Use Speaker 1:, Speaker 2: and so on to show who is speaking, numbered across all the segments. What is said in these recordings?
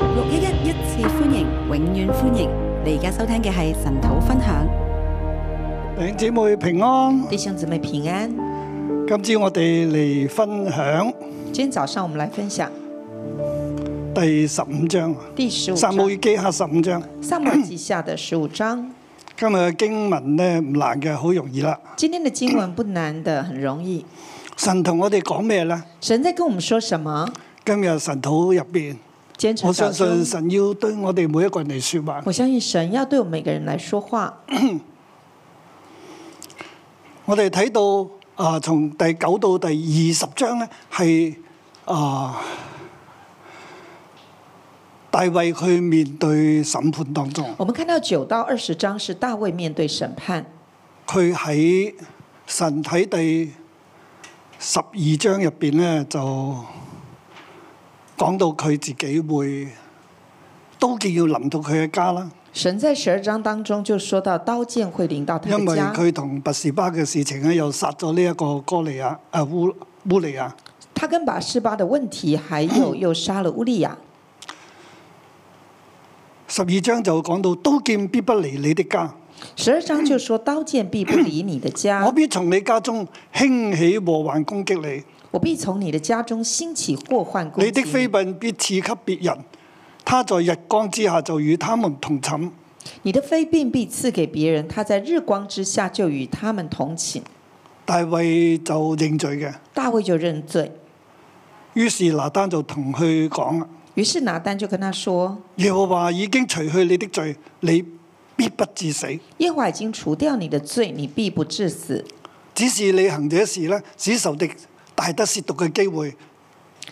Speaker 1: 六一一一次歡迎，永遠歡迎！你而家收聽嘅係神土分享。
Speaker 2: 弟兄姊妹平安，
Speaker 3: 弟兄姊妹平安，
Speaker 2: 今朝我哋嚟分享
Speaker 3: 今天早上我们来分享
Speaker 2: 第十五章
Speaker 3: 第十
Speaker 2: 《
Speaker 3: 五
Speaker 2: 撒
Speaker 3: 章
Speaker 2: 母耳記下》十五章。
Speaker 3: 撒母耳记下的十五章。
Speaker 2: 今日嘅經文咧唔難嘅，好容易啦。
Speaker 3: 今天的经文不难的，很容易。
Speaker 2: 神同我哋講咩咧？
Speaker 3: 神在跟我们说什么？
Speaker 2: 今日神土入邊，
Speaker 3: 坚持
Speaker 2: 我
Speaker 3: 早
Speaker 2: 相信
Speaker 3: 中
Speaker 2: 神要對我哋每一個人嚟说話。
Speaker 3: 我相信神要对我们每个人来说话。
Speaker 2: 我哋睇到啊，從第九到第二十章咧，係啊大衛去面對審判當中，
Speaker 3: 我们看到九到二十章是大卫面对审判，
Speaker 2: 佢喺神喺第十二章入邊咧，就講到佢自己會刀劍要臨到佢嘅家啦，
Speaker 3: 神在十二章当中就说到刀剑会临到他
Speaker 2: 因
Speaker 3: 的
Speaker 2: 為
Speaker 3: 家，
Speaker 2: 佢同拔士巴嘅事情咧，又殺咗呢一個哥利亞啊烏烏利亞。
Speaker 3: 他跟拔示巴的问题，还 有又杀了乌利亚。
Speaker 2: 十二章就講到刀劍必不離你的家，
Speaker 3: 十二章就说刀剑必不离你的
Speaker 2: 我
Speaker 3: 家，
Speaker 2: 必從你家中興起禍患啊攻擊你，
Speaker 3: 我必从你的家中兴起祸患攻
Speaker 2: 你
Speaker 3: 击
Speaker 2: 的妃嫔必賜給別人，他在日光之下就與他們同寢。
Speaker 3: 你的妃嫔必赐给别人，他在日光之下就与他们同寝。
Speaker 2: 大衛就認罪嘅，
Speaker 3: 大卫就认罪，
Speaker 2: 於是拿單就同佢講啦：
Speaker 3: 于是拿单就跟他说
Speaker 2: 耶和華已經除去你的罪，你必不致死。：“
Speaker 3: 耶和华已经除掉你的罪，你必不致死。
Speaker 2: 只是你行這事呢，使仇敵大得褻瀆嘅機會。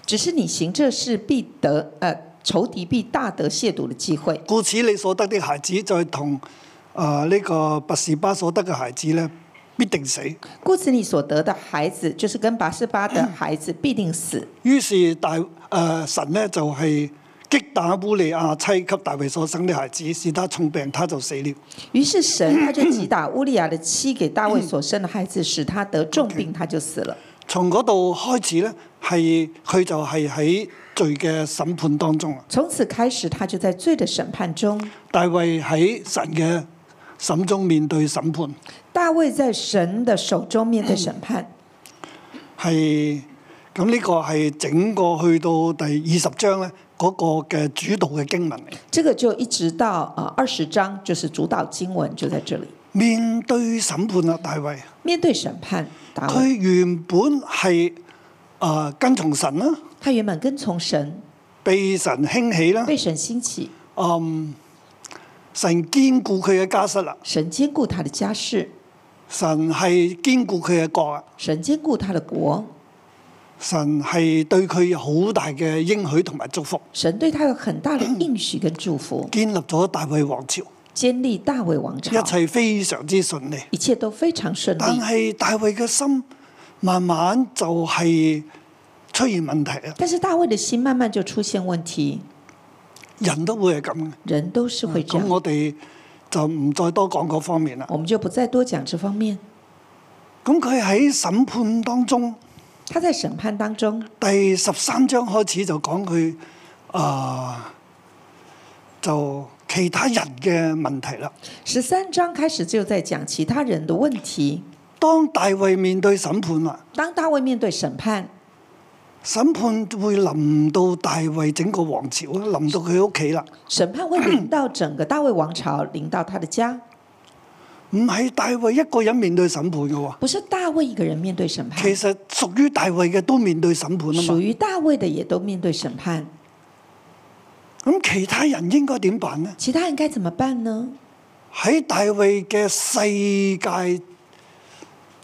Speaker 3: 只是你行这事必得，呃，仇敌必大得亵渎的机会。
Speaker 2: 故此你所得的孩子，再同啊呢個拔士巴所得嘅孩子呢，必定死。
Speaker 3: 故此你所得的孩子，就是跟拔示巴的孩子，必定死。”
Speaker 2: 於是大誒、呃神呢，就係、擊打烏利亞妻給大衛所生的孩子，使他重病，他就死了。
Speaker 3: 于是神他就击打乌利亚的妻给大卫所生的孩子，使他得重病，他就死了。
Speaker 2: 從嗰度開始呢，係佢就係喺罪嘅審判當中啊。
Speaker 3: 从此开始，他就在罪的审判中。
Speaker 2: 大衛喺神嘅審中面對審判，
Speaker 3: 大卫在神的手中面对审判，
Speaker 2: 係咁呢個係整個去到第二十章咧嗰、個嘅主導嘅經文嚟。
Speaker 3: 这个就一直到啊二十章，就是主导经文就在这里。
Speaker 2: 面對審判啦，大衛，
Speaker 3: 面对审判，大
Speaker 2: 佢
Speaker 3: 卫
Speaker 2: 原本係啊、呃跟從神啦，
Speaker 3: 他原本跟從神，
Speaker 2: 被神興起啦，
Speaker 3: 被神兴起，
Speaker 2: 嗯，神堅固佢嘅家室啦，
Speaker 3: 神兼顾他的家世，
Speaker 2: 神係堅固佢嘅國啊，
Speaker 3: 神兼顾他的国，
Speaker 2: 神係對佢有好大嘅應許同埋祝福，
Speaker 3: 神对他有很大的应许跟祝福，
Speaker 2: 建立咗大衛王朝，
Speaker 3: 建立大卫王朝
Speaker 2: 一，切非常之順利。
Speaker 3: 一切都非常顺
Speaker 2: 但
Speaker 3: 利。
Speaker 2: 係大衛嘅心慢慢就係出現問題啊！
Speaker 3: 但是大卫的心慢慢就出现问题，
Speaker 2: 人都會係咁
Speaker 3: 人都是
Speaker 2: 嘅。
Speaker 3: 会这
Speaker 2: 咁
Speaker 3: 样。
Speaker 2: 我哋就唔再多講嗰方面啦。
Speaker 3: 我们就不再多讲这方面。
Speaker 2: 咁佢喺審判當中，
Speaker 3: 他在审判当中，
Speaker 2: 第十三章開始就講佢啊，就其他人嘅問題啦。
Speaker 3: 十三章开始就在讲其他人的问题。
Speaker 2: 當大衛面對審判啦，
Speaker 3: 当大卫面对审判，
Speaker 2: 審判會臨到大衛整個王朝啦，臨到佢屋企啦。
Speaker 3: 审判会临到整个大卫王朝，临到他的家，
Speaker 2: 唔係大衛一個人面對審判嘅喎。
Speaker 3: 不是大卫一个人面对审判
Speaker 2: 其，實屬於大衛嘅都面對審判啊
Speaker 3: 属
Speaker 2: 嘛。
Speaker 3: 于大卫的也都面對審判。
Speaker 2: 咁其他人應該點辦呢？
Speaker 3: 其他人该怎么办呢？
Speaker 2: 喺大衛嘅世界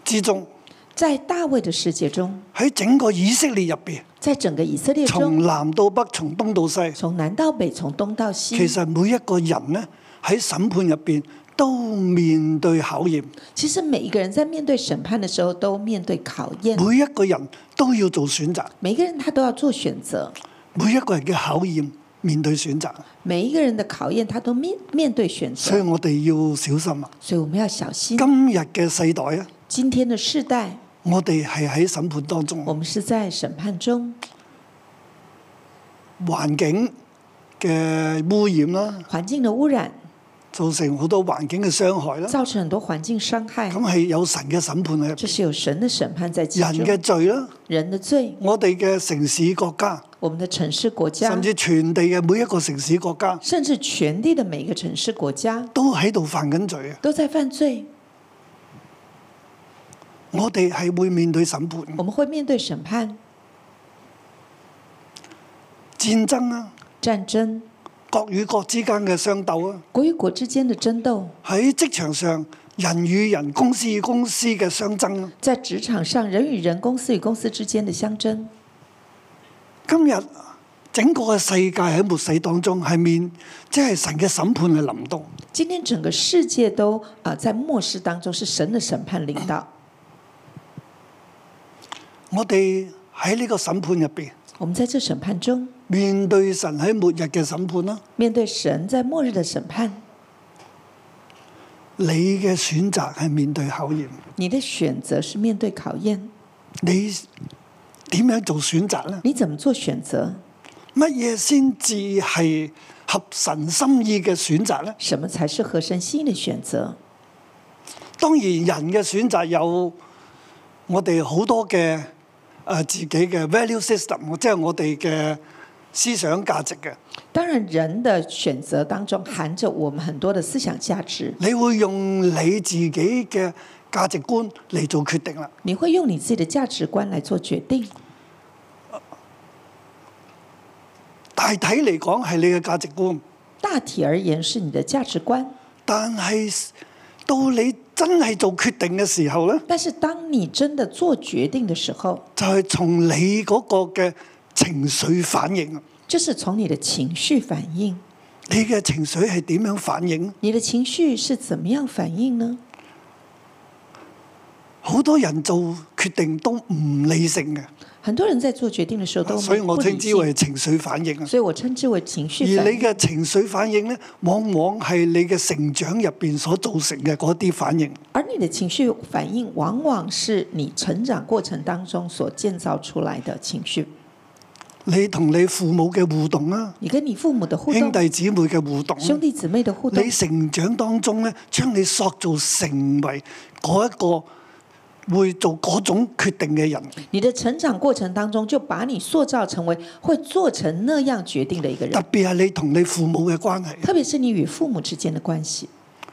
Speaker 2: 之中，
Speaker 3: 在大衛的世界中，
Speaker 2: 喺整個以色列入邊，
Speaker 3: 在整個以色列
Speaker 2: 從
Speaker 3: 中，嗯
Speaker 2: 南到北，從東到西，
Speaker 3: 從南到北，從東到西，
Speaker 2: 其實每一個人呢，喺審判入邊都面對考驗，
Speaker 3: 其實每一個人在面對審判的時候，都面對考驗。
Speaker 2: 每一個人都要做選擇，
Speaker 3: 每一個人他都要做選擇，
Speaker 2: 每一個人嘅考驗面對選擇，
Speaker 3: 每一個人的考驗他都面面對選
Speaker 2: 所以
Speaker 3: 擇，
Speaker 2: 我哋要小心啊！
Speaker 3: 所以我們要小心。
Speaker 2: 今日嘅世代啊，
Speaker 3: 今天的世代，
Speaker 2: 我哋係喺審判當
Speaker 3: 我
Speaker 2: 中，
Speaker 3: 們是在審判中，
Speaker 2: 環境、嘅污染啦，
Speaker 3: 环境的污染
Speaker 2: 造成好多環境嘅傷害啦。
Speaker 3: 造成很多环境伤害，
Speaker 2: 咁係有神嘅審判喺入
Speaker 3: 这
Speaker 2: 邊，
Speaker 3: 是有神的审判在其
Speaker 2: 人
Speaker 3: 中。
Speaker 2: 嘅罪啦，
Speaker 3: 人的罪，
Speaker 2: 我哋嘅城市國家，
Speaker 3: 我们的城市国家，
Speaker 2: 甚至全地嘅每一個城市國家，
Speaker 3: 甚至全地的每一个城市国家
Speaker 2: 都喺度犯緊罪啊！
Speaker 3: 都在犯罪，
Speaker 2: 我哋係會面對審判、
Speaker 3: 我们会面对审判、
Speaker 2: 戰爭啊，
Speaker 3: 战争、
Speaker 2: 國與國之間嘅相鬥啊，
Speaker 3: 国与国之间的争斗，
Speaker 2: 喺職場上人與人、公司與公司嘅相爭啊。
Speaker 3: 在职场上人与人、公司与公司之间的相争。
Speaker 2: 今日整個嘅世界喺末世當中係面，即係神嘅審判係臨到。
Speaker 3: 今天整个世界都啊、在末世当中是神的审判领导，
Speaker 2: 我哋喺呢個審判入邊，
Speaker 3: 我们在这审判中
Speaker 2: 面對神喺末日嘅審判啦，
Speaker 3: 面对神在末日的审判，
Speaker 2: 你嘅選擇係面對考驗，
Speaker 3: 你的选择是面对考验，
Speaker 2: 你點樣做選擇呢？
Speaker 3: 你怎么做选择？
Speaker 2: 乜嘢先至係合神心意嘅選擇呢？
Speaker 3: 什么才是合神心意的选择？
Speaker 2: 當然人嘅選擇有我哋好多嘅誒、呃自己嘅 value system，即係我哋嘅思想價值嘅。
Speaker 3: 当然，人的选择当中含着我们很多的思想价值，
Speaker 2: 你會用你自己嘅價值觀嚟做決定啦。
Speaker 3: 你会用你自己的价值观来做决定。
Speaker 2: 大體嚟講係你嘅價值觀，
Speaker 3: 大体而言是你的价值观，
Speaker 2: 但係到你真係做決定嘅時候呢，
Speaker 3: 但是当你真的做决定的时候，
Speaker 2: 就係、從你嗰個嘅情緒反應啊。
Speaker 3: 这是从你的情绪反应。
Speaker 2: 你嘅情緒係點樣反應？
Speaker 3: 你的情绪是怎么样反应呢？
Speaker 2: 好多人做決定都唔理性嘅，
Speaker 3: 很多人在做决定的时候都
Speaker 2: 啊所以我
Speaker 3: 不理
Speaker 2: 稱之
Speaker 3: 性
Speaker 2: 為情緒反應啊。
Speaker 3: 所以我称之为情
Speaker 2: 而
Speaker 3: 绪
Speaker 2: 你
Speaker 3: 反应。
Speaker 2: 嘅情緒反應呢，往往係你嘅成長入邊所造成嘅嗰啲反應。
Speaker 3: 而你的情绪反应，往往是你成长过程当中所建造出来的情绪。
Speaker 2: 你同你父母嘅互動啊。
Speaker 3: 你跟你父母的互
Speaker 2: 兄
Speaker 3: 动，
Speaker 2: 弟姊妹嘅互動，
Speaker 3: 兄弟姊妹的互动
Speaker 2: 你，成長當中咧，將你塑造成為嗰一個會做嗰種決定嘅人。
Speaker 3: 你的成长过程当中，就把你塑造成为会做成那样决定的一个
Speaker 2: 特
Speaker 3: 人。
Speaker 2: 別係你同你父母嘅關係，
Speaker 3: 特别是你与父母之间的关系，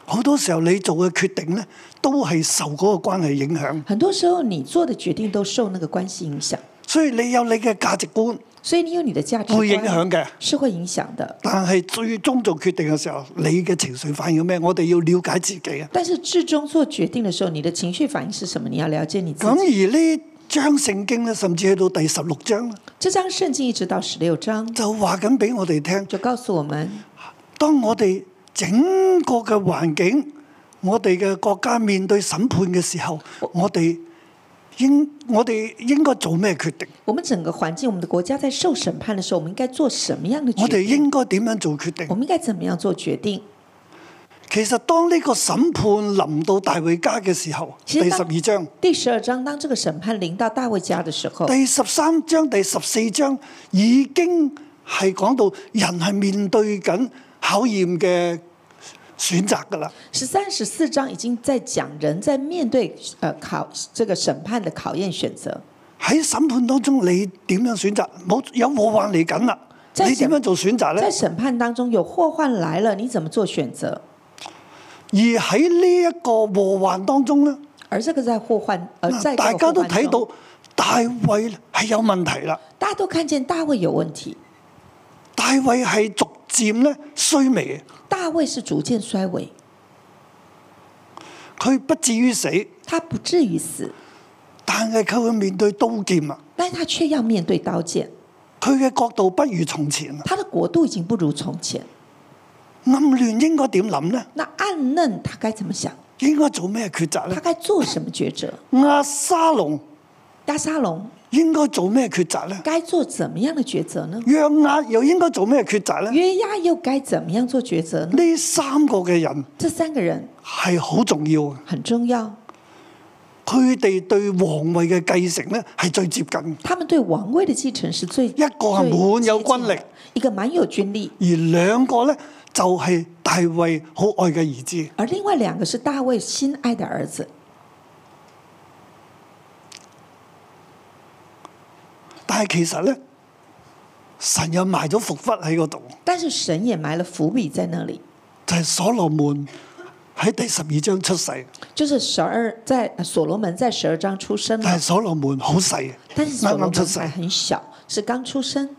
Speaker 2: 好多時候你做嘅決定咧，都係受嗰個關係影響。
Speaker 3: 很多时候你做的决定都受那个关系影响，
Speaker 2: 所以你有你嘅價值觀
Speaker 3: 所以你有你的价值
Speaker 2: 哦會影
Speaker 3: 观
Speaker 2: 響嘅，
Speaker 3: 是会影响的。
Speaker 2: 但係最終做決定嘅時候，你嘅情緒反應咩？我哋要了解自己啊。
Speaker 3: 但是最终做决定的时候，你的情绪反应是什么？你要了解你自
Speaker 2: 咁
Speaker 3: 己。
Speaker 2: 而呢章聖經咧，甚至去到第十六章呢
Speaker 3: 这张圣经一直到十六章，
Speaker 2: 就話緊俾我哋聽。
Speaker 3: 就告訴我們，
Speaker 2: 當我哋整個嘅環境，我哋嘅國家面對審判嘅時候，我哋應我哋應該做咩決定？
Speaker 3: 我们整个环境、我们的国家在受审判的时候，我们应该做什么样的决
Speaker 2: 我哋
Speaker 3: 定？
Speaker 2: 應該點樣做決
Speaker 3: 我
Speaker 2: 定？
Speaker 3: 们应该怎么样做决定？
Speaker 2: 其實當呢個審判臨到大衛家嘅時候，
Speaker 3: 其實
Speaker 2: 第十
Speaker 3: 當
Speaker 2: 二章、
Speaker 3: 第十二章，当这个审判临到大卫家的时候，
Speaker 2: 第十三章、第十四章已經係講到人係面對緊考驗嘅選擇㗎啦。
Speaker 3: 十三、十四章已经在讲人在面对呃考这个审判的考验选择，
Speaker 2: 喺審判當中，你點樣選擇？冇有禍患嚟緊啦，
Speaker 3: 真
Speaker 2: 你
Speaker 3: 係
Speaker 2: 點樣做選擇呢？
Speaker 3: 在审判当中有祸患来了，你怎么做选择？
Speaker 2: 而喺呢一個禍患當中咧，
Speaker 3: 而这个在祸患，而在
Speaker 2: 大
Speaker 3: 这个
Speaker 2: 家
Speaker 3: 祸
Speaker 2: 都
Speaker 3: 患
Speaker 2: 睇
Speaker 3: 中，
Speaker 2: 到大衛係有問題啦。
Speaker 3: 大家都看见大卫有问题，
Speaker 2: 大衛係逐漸咧衰微，
Speaker 3: 大卫是逐渐衰微，
Speaker 2: 佢不至於死，
Speaker 3: 他不至于死，
Speaker 2: 但係佢會面對刀劍啊！
Speaker 3: 但他却要面对刀剑。
Speaker 2: 佢嘅角度不如從前啊！
Speaker 3: 他的国度已經不如从前。
Speaker 2: 暗戀應該點諗呢？
Speaker 3: 那暗嫩他该怎么想？
Speaker 2: 應該做咩抉擇
Speaker 3: 他
Speaker 2: 呢？
Speaker 3: 该做什么抉择？
Speaker 2: 阿沙龍
Speaker 3: 亚沙龙
Speaker 2: 應該做咩抉擇呢？
Speaker 3: 该做怎么样的抉择呢？
Speaker 2: 約押又應該做咩抉擇呢？
Speaker 3: 约押又该怎么样做抉择呢？
Speaker 2: 呢三個嘅人
Speaker 3: 这三个人
Speaker 2: 係好重要嘅，
Speaker 3: 很重要，
Speaker 2: 佢哋對皇位嘅繼承咧係最接近，
Speaker 3: 他们对王位的继承是最一
Speaker 2: 個係滿有軍力，
Speaker 3: 一个蛮有军力，
Speaker 2: 而兩個咧就係、大衛好愛嘅兒子。
Speaker 3: 而另外两个是大卫心爱的儿子。
Speaker 2: 但係其實咧，神又埋咗伏筆喺嗰度，
Speaker 3: 但是神也埋了伏笔在那里，
Speaker 2: 就係、所羅門喺第十二章出世，
Speaker 3: 就是十二在呃所罗門在十二章出生
Speaker 2: 但係
Speaker 3: 了，
Speaker 2: 所羅門好細，
Speaker 3: 但是所
Speaker 2: 啱啱哎
Speaker 3: 罗
Speaker 2: 出
Speaker 3: 門
Speaker 2: 世
Speaker 3: 还，很小，是刚出生，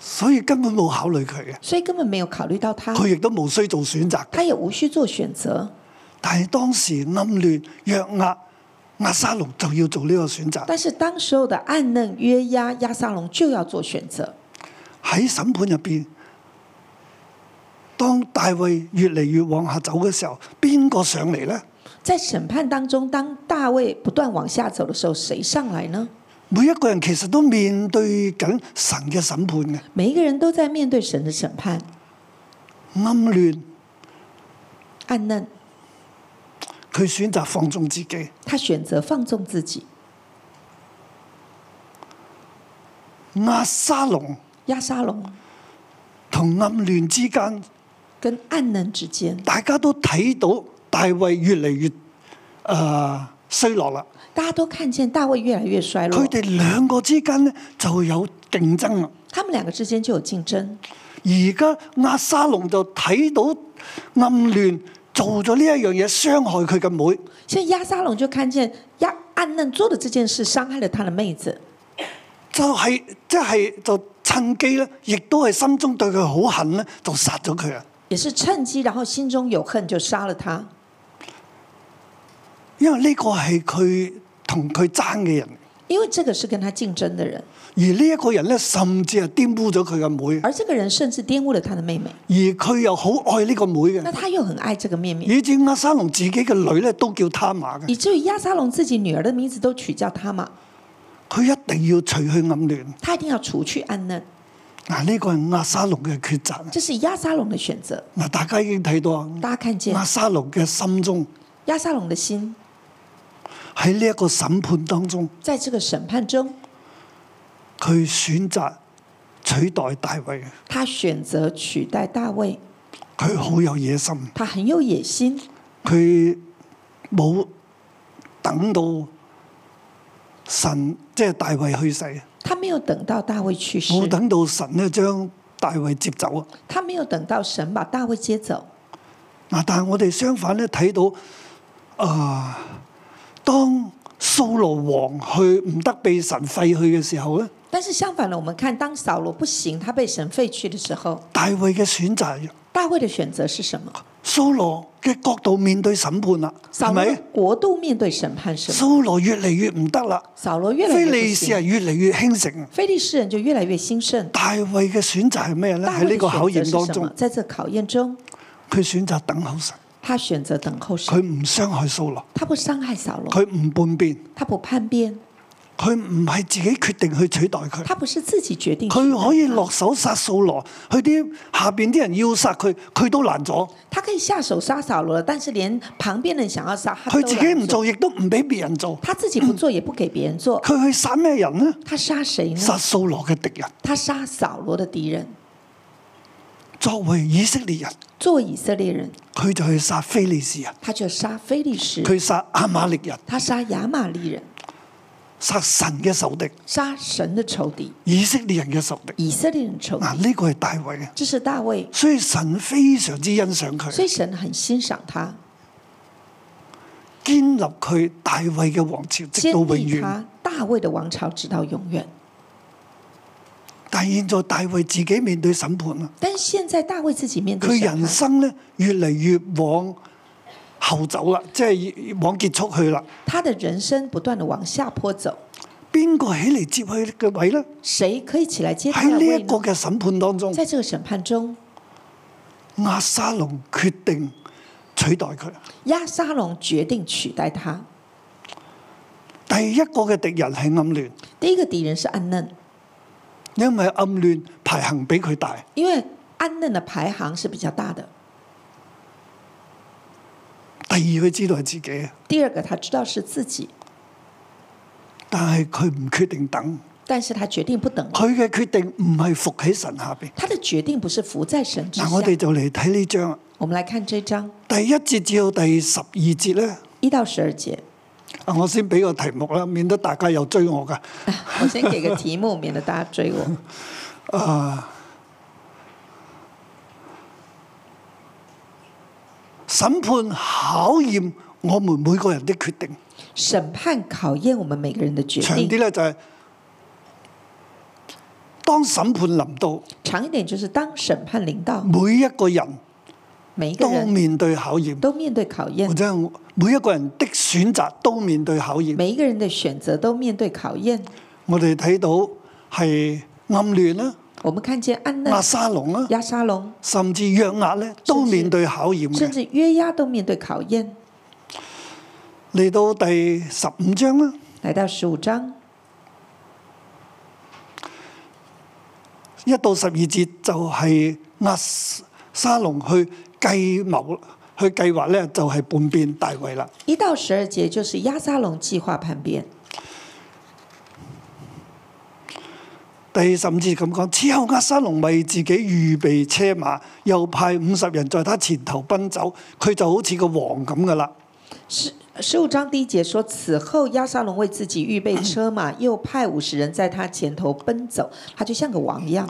Speaker 2: 所以根本冇考慮佢嘅，
Speaker 3: 所以根本没有考虑到他，
Speaker 2: 佢亦都無需做選擇。
Speaker 3: 他也无需做选择。
Speaker 2: 但係當時暗亂約押押沙龍就要做呢個選擇。
Speaker 3: 但是当时候的暗嫩约押押沙龙就要做选择，
Speaker 2: 喺審判入邊，當大衛越嚟越往下走嘅時候，邊個上嚟呢？
Speaker 3: 在审判当中，当大卫不断往下走的时候，谁上来呢？
Speaker 2: 每一個人其實都面對緊神嘅審判嘅
Speaker 3: 每一个人都在面对神的审判，
Speaker 2: 暗亂，
Speaker 3: 暗嫩
Speaker 2: 佢選擇放縱自己。
Speaker 3: 他选择放纵自己，
Speaker 2: 押沙龍
Speaker 3: 押沙龙
Speaker 2: 同暗亂之間，
Speaker 3: 跟暗嫩之间，
Speaker 2: 大家都睇到大衛越嚟越誒、呃衰落啦。
Speaker 3: 大家都看见大卫越来越衰落
Speaker 2: 佢，哋兩個之間呢，就有競爭啦。
Speaker 3: 他们两个之间就有竞争。
Speaker 2: 而家押沙龍就睇到暗亂做咗呢一樣嘢，傷害佢嘅妹。
Speaker 3: 现在押沙龙就看见押暗嫩做的这件事伤害了他的妹子，
Speaker 2: 就係即係就趁機咧，亦都係心中對佢好恨咧，就殺咗佢啊！
Speaker 3: 也是趁机，然后心中有恨就杀了他，
Speaker 2: 因為呢個係佢同佢爭嘅人，
Speaker 3: 因为这个是跟他竞争的人，
Speaker 2: 而呢一個人咧，甚至係玷污咗佢嘅妹，
Speaker 3: 而这个人甚至玷污了他的妹妹。
Speaker 2: 而佢又好愛呢個妹
Speaker 3: 那
Speaker 2: 嘅，
Speaker 3: 他又很爱这个妹妹，
Speaker 2: 以至押沙龍自己嘅女咧都叫他瑪嘅，
Speaker 3: 以至于押沙龙自己女儿的名字都取叫他嘛，
Speaker 2: 佢一定要除去暗戀。
Speaker 3: 他一定要除去暗嫩，
Speaker 2: 嗱，呢個係押沙龍嘅抉擇。
Speaker 3: 这是押沙龙的選擇。
Speaker 2: 嗱，大家已經睇到啊，
Speaker 3: 大家看见
Speaker 2: 押沙龍嘅心中
Speaker 3: 押沙龙的心
Speaker 2: 喺呢一個審判當中，
Speaker 3: 在这个审判中，
Speaker 2: 佢選擇取代大衛，
Speaker 3: 他选择取代大卫，
Speaker 2: 佢好有野心。
Speaker 3: 他很有野心，
Speaker 2: 佢冇等到神，即係大衛去世，
Speaker 3: 他没有等到大卫去世，
Speaker 2: 冇等到神咧將大衛接走啊！
Speaker 3: 他没有等到神把大卫接走。
Speaker 2: 嗱，但係我哋相反咧睇到，啊、當掃羅王去唔得被神廢去嘅時候咧，
Speaker 3: 但是相反的，我们看当扫罗不行，他被神废去的时候，
Speaker 2: 大衛嘅選擇，
Speaker 3: 大卫的选择是什么？
Speaker 2: 掃羅嘅角度面對審判啦，係
Speaker 3: 扫罗的
Speaker 2: 咪？
Speaker 3: 国度面对审判是什么？
Speaker 2: 掃羅越嚟越唔得啦，
Speaker 3: 扫罗越来
Speaker 2: 非
Speaker 3: 越不
Speaker 2: 利士
Speaker 3: 行，
Speaker 2: 人越嚟越興盛，
Speaker 3: 非利士人就越来越兴盛。
Speaker 2: 大衛嘅選擇係咩咧？
Speaker 3: 大
Speaker 2: 喺呢
Speaker 3: 卫
Speaker 2: 個
Speaker 3: 的
Speaker 2: 考
Speaker 3: 选
Speaker 2: 驗
Speaker 3: 择
Speaker 2: 當
Speaker 3: 是什
Speaker 2: 中
Speaker 3: 么？。在这考验中，
Speaker 2: 佢選擇等候神，
Speaker 3: 他选择等候
Speaker 2: 佢
Speaker 3: 神，
Speaker 2: 唔傷害掃羅，
Speaker 3: 他不伤害扫罗，
Speaker 2: 佢唔叛變，
Speaker 3: 他不叛变，
Speaker 2: 佢唔係自己決定去取代佢，
Speaker 3: 他不是自己决定取代他，
Speaker 2: 佢可以落手殺掃羅，佢啲下邊啲人要殺佢，佢都攔咗，
Speaker 3: 他可以下手杀扫罗了，但是连旁边人想要杀他，
Speaker 2: 佢自己唔，做，亦嗯都唔俾別人做。
Speaker 3: 他自己不做也不给别人做，
Speaker 2: 佢去殺咩人呢？
Speaker 3: 他杀谁呢？
Speaker 2: 殺掃羅嘅敵人。
Speaker 3: 他杀扫罗的敌人，
Speaker 2: 作為以色列人，
Speaker 3: 作为以色列人，
Speaker 2: 佢就去殺非利士人，
Speaker 3: 他就杀非利士，
Speaker 2: 佢殺亞瑪力人，
Speaker 3: 他杀亚玛利人，
Speaker 2: 殺神嘅仇敵，
Speaker 3: 杀神的仇敌，
Speaker 2: 以色列人嘅仇敵。
Speaker 3: 以色列人的仇敌，
Speaker 2: 嗱，呢個係大衛嘅，
Speaker 3: 这是大卫，
Speaker 2: 所以神非常之欣賞
Speaker 3: 所
Speaker 2: 佢，
Speaker 3: 以神很欣赏他，
Speaker 2: 建立佢大衛嘅王朝，直
Speaker 3: 建
Speaker 2: 到永
Speaker 3: 立
Speaker 2: 遠。
Speaker 3: 他大卫的王朝直到永远。
Speaker 2: 但係現在大衛自己面對審判啦，
Speaker 3: 但是现在大卫自己面对
Speaker 2: 佢
Speaker 3: 审判
Speaker 2: 人生咧越嚟越往後走啦，即係往結束去啦。
Speaker 3: 他的人生不断的往下坡走，
Speaker 2: 邊個起嚟接佢嘅位咧？
Speaker 3: 谁可以起来接他
Speaker 2: 喺呢
Speaker 3: 的位
Speaker 2: 一個
Speaker 3: 呢？
Speaker 2: 嘅審判當中，
Speaker 3: 在这个审判中，
Speaker 2: 押沙龍決定取代佢。
Speaker 3: 押沙龙决定取代他。
Speaker 2: 第一個嘅敵人係暗亂，
Speaker 3: 第一个敌人是安嫩，
Speaker 2: 因為暗亂排行比佢大。
Speaker 3: 因为安嫩的排行是比较大的，
Speaker 2: 第二，佢知道係自己，
Speaker 3: 第二个，他知道是自己，
Speaker 2: 但係佢唔決定等，
Speaker 3: 但是他决定不等。
Speaker 2: 佢嘅決定唔係服喺神下邊。
Speaker 3: 他的决定不是服在神之下。
Speaker 2: 嗱，我哋就嚟睇呢章啊
Speaker 3: 我们来看这章
Speaker 2: 第一節至到第十二節咧。
Speaker 3: 一到十二节。
Speaker 2: 啊，我先俾個題目啦，免得大家又追我噶。
Speaker 3: 我先给个题目，免得大家追我。
Speaker 2: 審判考驗我們每個人的決定。
Speaker 3: 审判考验我们每个人的决
Speaker 2: 長
Speaker 3: 定
Speaker 2: 啲。咧就係、當審判臨到，
Speaker 3: 长一点就是，当审判临到，
Speaker 2: 每一個人
Speaker 3: 每一个
Speaker 2: 都
Speaker 3: 人
Speaker 2: 面對考驗，
Speaker 3: 都面对考验
Speaker 2: 或，者係每一個人的選擇都面對考驗。
Speaker 3: 每一个人的选择都面对考验。
Speaker 2: 我哋睇到係暗亂啦、
Speaker 3: 我们看见安
Speaker 2: 押
Speaker 3: 嫩、
Speaker 2: 沙龍啦，
Speaker 3: 押沙龙，
Speaker 2: 甚至約押咧，都面對考驗
Speaker 3: 甚
Speaker 2: 嘅。
Speaker 3: 至约押都面对考验。
Speaker 2: 嚟到第十五章啦，
Speaker 3: 来到十五章
Speaker 2: 一到十二節就係押沙龍去計謀、去計劃咧，就係叛變大衛啦。
Speaker 3: 一到十二节，就是押沙龙计划叛变。
Speaker 2: 第十五節咁講，此後押沙龍為自己預備車馬，又派五十人在他前頭奔走，佢就好似個王咁噶啦。
Speaker 3: 十十五章第一节说：“此后，押沙龙为自己预备车马，又派五十人在他前头奔走，他就像个王一样。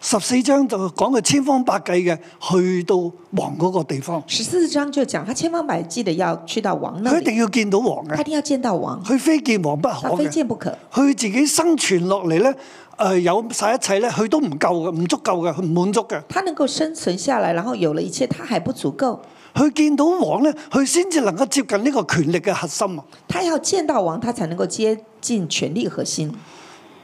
Speaker 2: 十四章就講佢千方百計嘅去到王嗰個地方”，
Speaker 3: 十四章就讲他千方百计的要去到王那
Speaker 2: 佢一
Speaker 3: 里，
Speaker 2: 定要見到王
Speaker 3: 他一
Speaker 2: 嘅，
Speaker 3: 定要见到王，
Speaker 2: 佢非見王不可
Speaker 3: 啊他非
Speaker 2: 嘅。
Speaker 3: 见不可。
Speaker 2: 佢自己生存落嚟咧，誒、有晒一切咧，佢都唔夠嘅，唔足夠嘅，佢唔滿足嘅。
Speaker 3: 他能够生存下来，然后有了一切，他还不足够。
Speaker 2: 佢見到王咧，佢先至能夠接近呢個權力嘅核心啊。
Speaker 3: 他要见到王，他才能够接近权力核心。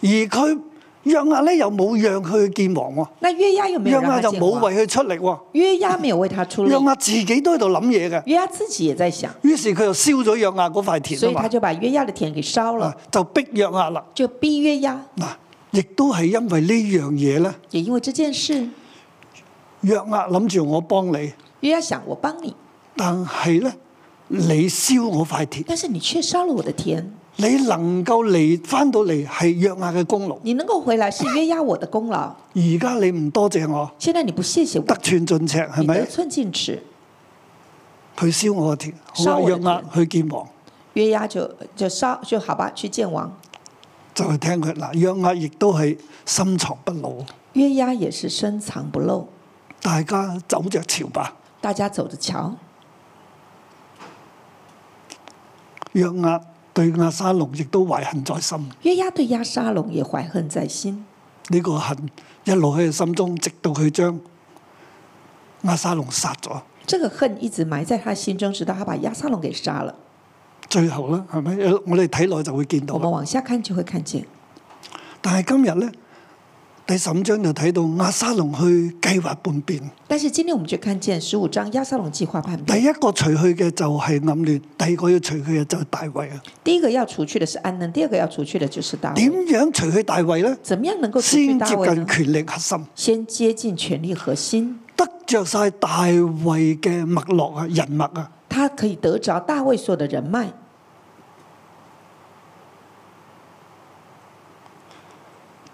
Speaker 2: 而佢約押咧又冇讓佢去見王喎，
Speaker 3: 那约押有没
Speaker 2: 約
Speaker 3: 有让
Speaker 2: 押
Speaker 3: 他
Speaker 2: 就
Speaker 3: 见
Speaker 2: 冇
Speaker 3: 王？
Speaker 2: 為佢出力喎。
Speaker 3: 约押没有为他出力
Speaker 2: 約，押自己都喺度諗嘢嘅，
Speaker 3: 约押自己也在想，
Speaker 2: 於是佢就燒咗約押嗰塊
Speaker 3: 所以
Speaker 2: 田
Speaker 3: 他
Speaker 2: 啊
Speaker 3: 就把约押的田给烧
Speaker 2: 嘛
Speaker 3: 了，，
Speaker 2: 就逼約押啦。
Speaker 3: 就逼约押。
Speaker 2: 嗱，亦都係因為呢樣嘢咧，
Speaker 3: 也因为这件事，
Speaker 2: 約押諗住我幫你，
Speaker 3: 约押想我帮你，
Speaker 2: 但係咧你燒我塊田，
Speaker 3: 但是你却烧了我的田。
Speaker 2: 你能夠嚟翻到嚟係約押嘅功勞。
Speaker 3: 你能够回来是约押我的功劳，
Speaker 2: 而家你唔多謝我，
Speaker 3: 现在你不谢谢
Speaker 2: 得
Speaker 3: 我，
Speaker 2: 寸進尺係
Speaker 3: 你得
Speaker 2: 咪？
Speaker 3: 寸进尺。
Speaker 2: 佢燒我嘅田，好
Speaker 3: 收
Speaker 2: 啊，
Speaker 3: 我
Speaker 2: 約
Speaker 3: 嘅
Speaker 2: 押
Speaker 3: 田
Speaker 2: 去見王。
Speaker 3: 约押就就烧就好吧，去见王。
Speaker 2: 就係聽佢嗱，約押亦都係深藏不露，
Speaker 3: 约押也是深藏不露，
Speaker 2: 大家走着瞧吧。
Speaker 3: 大家走着瞧。
Speaker 2: 約押對亞沙龍亦都懷恨在心，呢、
Speaker 3: 约押对押沙龙也怀恨在心，
Speaker 2: 個恨一路喺佢心中，直到佢將亞沙龍殺咗。
Speaker 3: 这个恨一直埋在他心中，直到他把押沙龙给杀了。
Speaker 2: 最後咧，係咪？我哋睇落就會見到
Speaker 3: 我们
Speaker 2: 啦。
Speaker 3: 往下看就会看见，
Speaker 2: 但係今日咧，第十五章就睇到亞沙龍去計劃叛變。
Speaker 3: 但是今天我们就看见十五章押沙龙计划叛
Speaker 2: 第
Speaker 3: 变，
Speaker 2: 一個除去嘅就係暗亂，第二個要除去嘅就係大衛啊。
Speaker 3: 第一个要除去的是安嫩，第二个要除去的就是大
Speaker 2: 點
Speaker 3: 卫。
Speaker 2: 樣除去大衛咧？
Speaker 3: 怎么样能够除去
Speaker 2: 先
Speaker 3: 大
Speaker 2: 接
Speaker 3: 卫呢
Speaker 2: 近？權力核心。
Speaker 3: 先接近权力核心，
Speaker 2: 得着晒大衛嘅脈絡啊、人脈啊，
Speaker 3: 他可以得着大卫所有的人脉，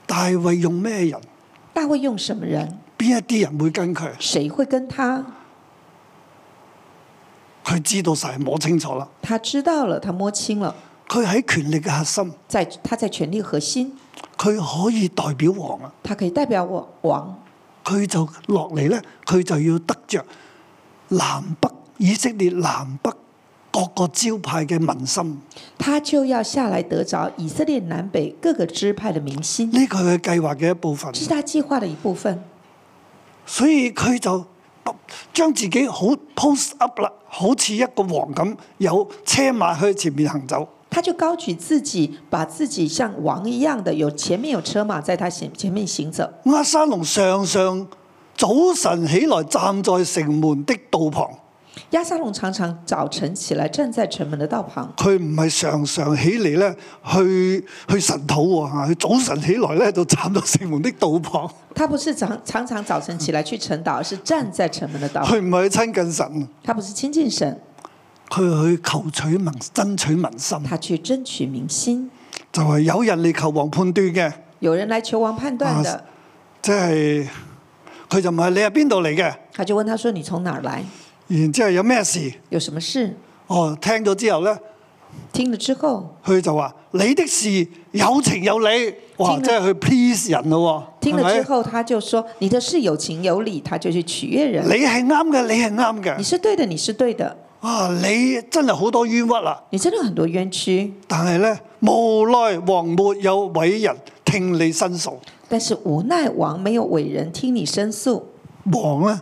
Speaker 2: 大衛用咩人？
Speaker 3: 大卫用什么人，
Speaker 2: 邊一啲人會跟佢？
Speaker 3: 谁会跟他？
Speaker 2: 佢知道晒，摸清楚啦。
Speaker 3: 他知道了，他摸清了，
Speaker 2: 佢喺權力嘅核心，
Speaker 3: 在他在权力核心，
Speaker 2: 佢可以代表王啊。
Speaker 3: 他可以代表我王。
Speaker 2: 佢就落嚟咧，佢就要得着南北以色列南北各個招派嘅民心。
Speaker 3: 他就要下来得着以色列南北各个支派的民心，
Speaker 2: 呢個係佢計劃嘅一部分
Speaker 3: 这，是他计划的一部分。
Speaker 2: 所以佢就將自己好 post up 啦，好似一個王咁，有車馬去前面行走。
Speaker 3: 他就高举自己，把自己像王一样的，有前面有车马在他前前面行走。
Speaker 2: 亞沙龍常常早晨起來站在城門的道旁，
Speaker 3: 亚沙龙常常早晨起来站在城门的道旁，
Speaker 2: 佢唔係常常起嚟咧去去神土喎嚇佢早晨起來咧就站到城門的道旁，
Speaker 3: 他不是常常常早啊晨起来去晨祷，而是站在城门的道旁。
Speaker 2: 佢唔係去親近神，
Speaker 3: 他不是亲近神，
Speaker 2: 佢去求取民爭取民心，
Speaker 3: 他去争取民心。
Speaker 2: 就係有人嚟求王判斷嘅，
Speaker 3: 有人来求王判断
Speaker 2: 啊
Speaker 3: 的，
Speaker 2: 即係佢就唔係你係邊度嚟嘅，
Speaker 3: 他就问他说：“你从哪儿来？
Speaker 2: 然之後有咩事？
Speaker 3: 有什么事
Speaker 2: 哦，聽咗之後咧，？”
Speaker 3: 听了之后，
Speaker 2: 佢就話你的事有情有理，哇！
Speaker 3: 聽
Speaker 2: 即
Speaker 3: 得
Speaker 2: 係去 please 人咯喎，
Speaker 3: 听了之
Speaker 2: 係
Speaker 3: 后他就说：“你的事有情有理。”他就去取悦人
Speaker 2: 咪？。你係啱嘅，你係啱
Speaker 3: 你
Speaker 2: 嘅。
Speaker 3: 是对的，你是对的，
Speaker 2: 啊，你真係好多冤屈啦！
Speaker 3: 你真的很多冤屈，
Speaker 2: 但係咧，無奈王沒有偉人聽你申訴，
Speaker 3: 但是无奈王没有伟人听你申诉，
Speaker 2: 王咧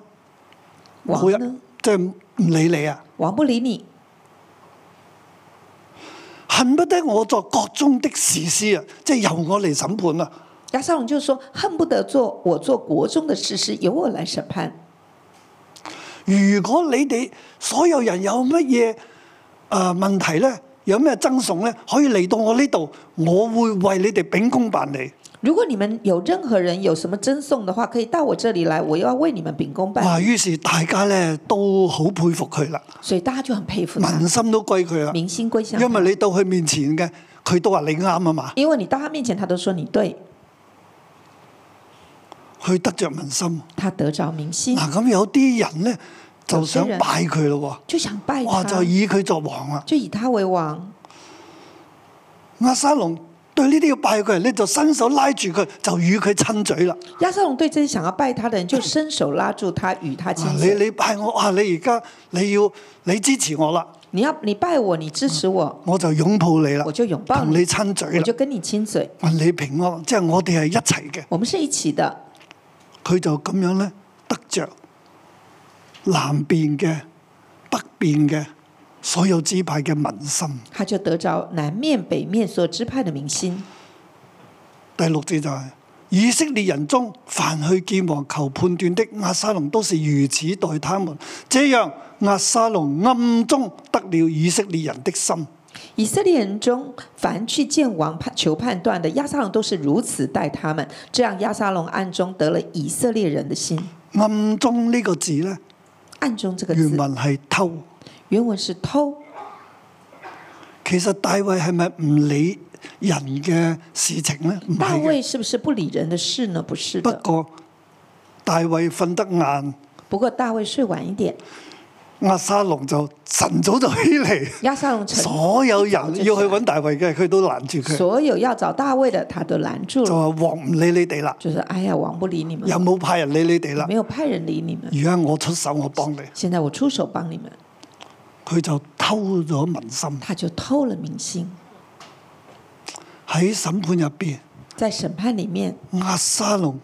Speaker 3: 王
Speaker 2: 冇
Speaker 3: 呢
Speaker 2: 人？即係唔理你啊！
Speaker 3: 王不理你，
Speaker 2: 恨不得我作國中的士師啊，即係由我嚟審判啊！
Speaker 3: 亚撒龙就说：“恨不得做我做国中的事师，由我来审判。
Speaker 2: 如果你哋所有人有乜嘢誒問題咧，有咩爭訟咧，可以嚟到我呢度，我會為你哋秉公辦理。
Speaker 3: 如果你们有任何人有什么争讼的话，可以到我这里来，我要为你们秉公
Speaker 2: 哇！
Speaker 3: 办理。
Speaker 2: 於是大家咧都好佩服佢啦，”
Speaker 3: 所以大家就很佩服他
Speaker 2: 民，心都歸佢啦，
Speaker 3: 民心归向
Speaker 2: 因為
Speaker 3: 他。
Speaker 2: 你到佢面前嘅，佢都話你啱啊嘛，
Speaker 3: 因为你到他面前，他都说你对，
Speaker 2: 佢得着民心。
Speaker 3: 他得着民心，
Speaker 2: 嗱，咁有啲人咧就想
Speaker 3: 有啲人
Speaker 2: 拜佢咯
Speaker 3: 就想拜
Speaker 2: 喎，哇！
Speaker 3: 他，
Speaker 2: 就以佢作王啦。
Speaker 3: 就以他为王。
Speaker 2: 亞沙龍對呢啲要拜佢嘅人咧，就伸手拉住佢，就與佢親嘴啦。
Speaker 3: 亚撒龙对这些想要拜他的人，就伸手拉住他，与他亲
Speaker 2: 啊你
Speaker 3: 嘴。
Speaker 2: 你拜我啊！你而家你要你支持我啦，
Speaker 3: 你要你拜我，你支持我，
Speaker 2: 我就擁抱你啦
Speaker 3: 我，就拥抱
Speaker 2: 啊同你
Speaker 3: 你，
Speaker 2: 親嘴
Speaker 3: 我
Speaker 2: 啦
Speaker 3: 就，跟你親嘴。
Speaker 2: 問你平安，即係我哋係一齊嘅。
Speaker 3: 我们是一起的。
Speaker 2: 佢就咁樣咧得着南邊嘅、北邊嘅所有支派嘅民心。
Speaker 3: 他就得着南面、北面所有支派的民心。
Speaker 2: 第六節就係、以色列人中，凡去見王求判斷的亞沙龍都是如此待他們。這樣亞沙龍暗中得了以色列人的心。
Speaker 3: 以色列人中，凡去见王判求判断的亚撒龙都是如此待他们，这样亚撒龙暗中得了以色列人的心。
Speaker 2: 暗中呢個字呢，
Speaker 3: 暗中这个
Speaker 2: 原
Speaker 3: 字
Speaker 2: 文係偷。
Speaker 3: 原文是偷。
Speaker 2: 其實大衛係咪唔理人嘅事情呢？唔
Speaker 3: 大
Speaker 2: 係嘅。
Speaker 3: 卫是不是不理人的事呢？不是
Speaker 2: 不
Speaker 3: 的。
Speaker 2: 過大衛瞓得晏，
Speaker 3: 不过大卫睡晚一点，
Speaker 2: 亞沙龍就晨早就起 嚟，
Speaker 3: 亚撒龙成
Speaker 2: 所有人要去揾大衛嘅，佢都攔住佢，
Speaker 3: 所有要找大卫的，他都拦住
Speaker 2: 就
Speaker 3: 了，
Speaker 2: 話王唔理你哋啦，
Speaker 3: 就是哎呀，王不理你们，
Speaker 2: 有冇派人理你哋啦？
Speaker 3: 没有派人理你们，
Speaker 2: 而家我出手，我幫你。
Speaker 3: 现在我出手帮你们，
Speaker 2: 佢就偷咗民心
Speaker 3: 他就偷了民心。
Speaker 2: 喺審判入邊，
Speaker 3: 在审判里面，
Speaker 2: 亞沙龍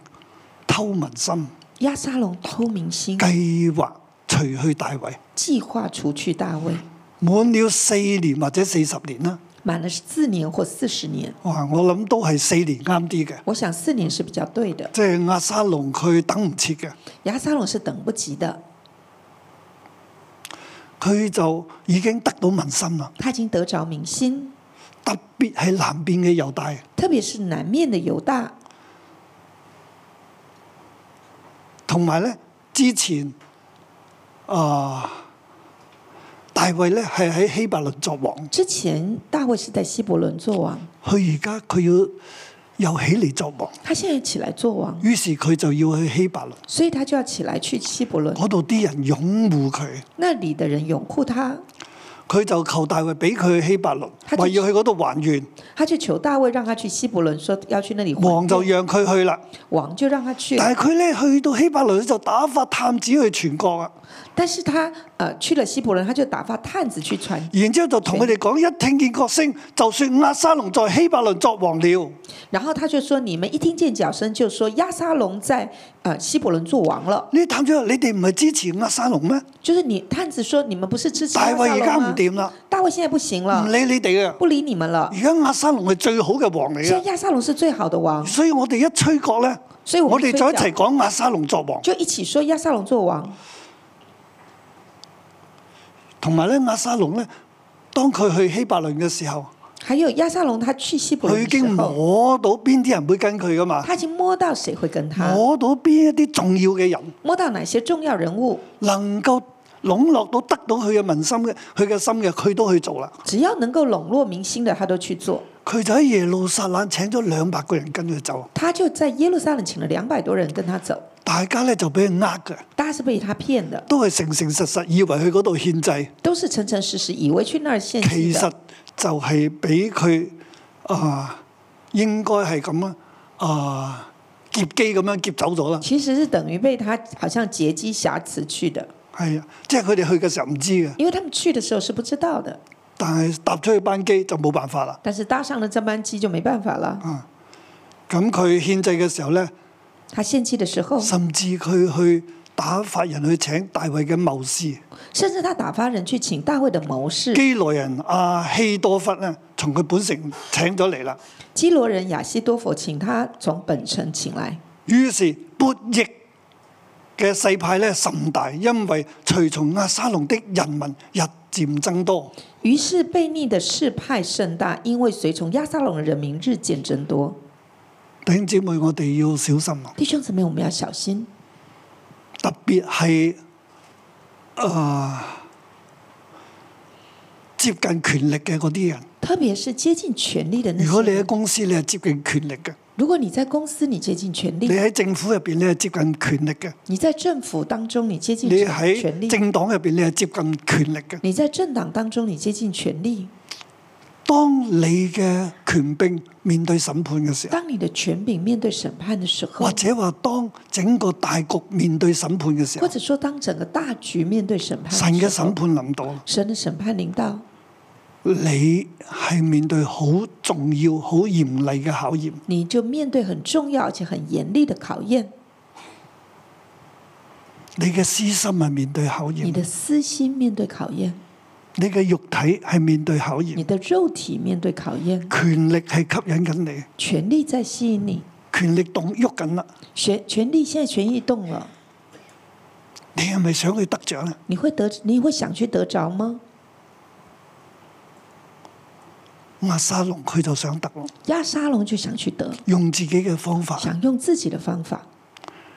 Speaker 2: 偷民心，
Speaker 3: 亚沙龙偷民心，
Speaker 2: 計劃除去大衛，
Speaker 3: 计划除去大卫，
Speaker 2: 滿了四年或者四十年啦。
Speaker 3: 满了四年或四十年，
Speaker 2: 哇！我諗都係四年啱啲嘅，
Speaker 3: 我想四年是比较对的。
Speaker 2: 即係亞沙龍佢等唔切嘅，
Speaker 3: 亚沙龙是等不及的，
Speaker 2: 佢就已經得到民心啦。
Speaker 3: 他已经得着民心，
Speaker 2: 特別係南邊嘅猶大，
Speaker 3: 特别是南面的犹大，
Speaker 2: 同埋咧之前啊、大衛咧係喺希伯倫作王，
Speaker 3: 之前大卫是在希伯伦做王，
Speaker 2: 佢而家佢要又起嚟作王，
Speaker 3: 他现在起来做王，
Speaker 2: 於是佢就要去希伯倫
Speaker 3: 所以他就要起来去希伯伦，
Speaker 2: 嗰度啲人擁護佢，
Speaker 3: 那里的人拥护他，
Speaker 2: 佢就求大衛俾佢去希伯倫，
Speaker 3: 他就
Speaker 2: 話要去嗰度還願，
Speaker 3: 他就求大卫让他去希伯伦，说要去那里还愿。
Speaker 2: 王就讓佢去啦。
Speaker 3: 王就让他去，
Speaker 2: 但係佢咧去到希伯倫就打發探子去全國啊，
Speaker 3: 但是他呃去了希伯伦，他就打发探子去传，
Speaker 2: 然之後就同佢哋講：一聽見角聲，就說亞沙龍在希伯倫作王了。
Speaker 3: 然后他就说你们一听见脚声就说亚沙龙在呃希伯伦做王了，
Speaker 2: 呢啲探長，你哋唔係支持亞沙龍咩？
Speaker 3: 就是你探子说你们不是啊支持
Speaker 2: 大
Speaker 3: 亚
Speaker 2: 衛
Speaker 3: 沙
Speaker 2: 而家
Speaker 3: 龙
Speaker 2: 唔
Speaker 3: 吗？
Speaker 2: 掂啦，
Speaker 3: 大卫现在不行
Speaker 2: 唔
Speaker 3: 了，
Speaker 2: 理你哋啊！
Speaker 3: 不理你们了
Speaker 2: 而。家亞沙龍係最好嘅王
Speaker 3: 现
Speaker 2: 嚟
Speaker 3: 在
Speaker 2: 啊！
Speaker 3: 亚沙龙是最好的王，
Speaker 2: 所以我哋一吹角咧，
Speaker 3: 所以我
Speaker 2: 我
Speaker 3: 们
Speaker 2: 哋
Speaker 3: 吹
Speaker 2: 就
Speaker 3: 角
Speaker 2: 一齊講亞沙龍作王，
Speaker 3: 就一起说亚沙龙做王。
Speaker 2: 同埋咧亞沙龍咧，當佢去希伯倫嘅時候，
Speaker 3: 还有亚沙龙他去希伯
Speaker 2: 佢
Speaker 3: 伦
Speaker 2: 已
Speaker 3: 的时
Speaker 2: 經
Speaker 3: 候，
Speaker 2: 摸到邊啲人會跟佢噶嘛，
Speaker 3: 他已经摸到谁会跟他，
Speaker 2: 摸到邊一啲重要嘅人
Speaker 3: 摸到哪些重要人物
Speaker 2: 能夠籠絡到得到佢嘅民心嘅，佢嘅心嘅，佢都去做啦。
Speaker 3: 只要能够笼络民心的，他都去做。
Speaker 2: 佢就喺耶路撒冷請咗兩百個人跟佢走，
Speaker 3: 他就在耶路撒冷请了两百多人跟他走，
Speaker 2: 大家咧就俾佢呃嘅，
Speaker 3: 大家是被他骗的，
Speaker 2: 都係誠誠實實以為去嗰度獻祭，
Speaker 3: 都是诚诚实实以为去那儿献祭
Speaker 2: 其實
Speaker 3: 嗯的。
Speaker 2: 就係俾佢啊，應該係咁啊，啊劫機咁樣劫走咗啦。
Speaker 3: 其实是等于被他好像劫机瑕疵去的，
Speaker 2: 係啊，即係佢哋去嘅時候唔知嘅，
Speaker 3: 因为他们去的时候是不知道的，
Speaker 2: 但係搭出去班機就冇辦法啦。
Speaker 3: 但是搭上了这班机就没办法了。
Speaker 2: 咁佢獻祭嘅時候咧，
Speaker 3: 他献祭的时候，
Speaker 2: 甚至佢去打發人去請大衛嘅謀士
Speaker 3: 甚至他打发人去请大卫的谋士
Speaker 2: 基羅人阿希多弗咧，從佢本城請咗嚟啦。
Speaker 3: 基罗人亚西多佛，请他从本城请来。
Speaker 2: 於是悖逆嘅勢派咧甚大，因為隨從亞沙龍的人民日漸增多。
Speaker 3: 于是悖逆的世派甚大，因为随从亚撒龙的人民日渐增多。
Speaker 2: 弟兄姊妹，我哋要小心啊！
Speaker 3: 弟兄姊妹，我们要小心，
Speaker 2: 特別係啊、接近權力嘅嗰啲人。
Speaker 3: 特别是接近权力的那
Speaker 2: 如果你
Speaker 3: 些
Speaker 2: 喺
Speaker 3: 人。
Speaker 2: 公司，你係接近權力嘅；
Speaker 3: 如果你在公司你接近权
Speaker 2: 你
Speaker 3: 力，
Speaker 2: 喺政府入邊，你係接近權力嘅；
Speaker 3: 你在政府当中你接近
Speaker 2: 你
Speaker 3: 权
Speaker 2: 喺
Speaker 3: 力，
Speaker 2: 政黨入邊，你係接近權力嘅。
Speaker 3: 你在政党当中你接近权力，
Speaker 2: 當你嘅權柄面對審判嘅時候，
Speaker 3: 当你的权柄面对审判的时候
Speaker 2: 或，者話當整個大局面對審判嘅時
Speaker 3: 或
Speaker 2: 候，
Speaker 3: 者说当整个大局面对审判
Speaker 2: 神嘅
Speaker 3: 的时候
Speaker 2: 審判臨到，
Speaker 3: 神的审判领导，
Speaker 2: 你係面對好重要、好嚴厲嘅考驗。
Speaker 3: 你就面对很重要而且很严厉的考验。
Speaker 2: 你嘅私心係面對考
Speaker 3: 你
Speaker 2: 驗，
Speaker 3: 的私心面对考验，
Speaker 2: 你嘅肉體係面對考
Speaker 3: 你
Speaker 2: 驗。
Speaker 3: 的肉体面对考验，
Speaker 2: 權力係吸引緊你，
Speaker 3: 权力在吸引你，
Speaker 2: 權力動喐緊啦。
Speaker 3: 权权力现在权益动了，
Speaker 2: 你係咪想去得啊獎咧？
Speaker 3: 你会得你会想去得着吗？
Speaker 2: 亞沙龍佢就想得咯，
Speaker 3: 亚沙龙就想去得，
Speaker 2: 用自己嘅方法。
Speaker 3: 想用自己的方法，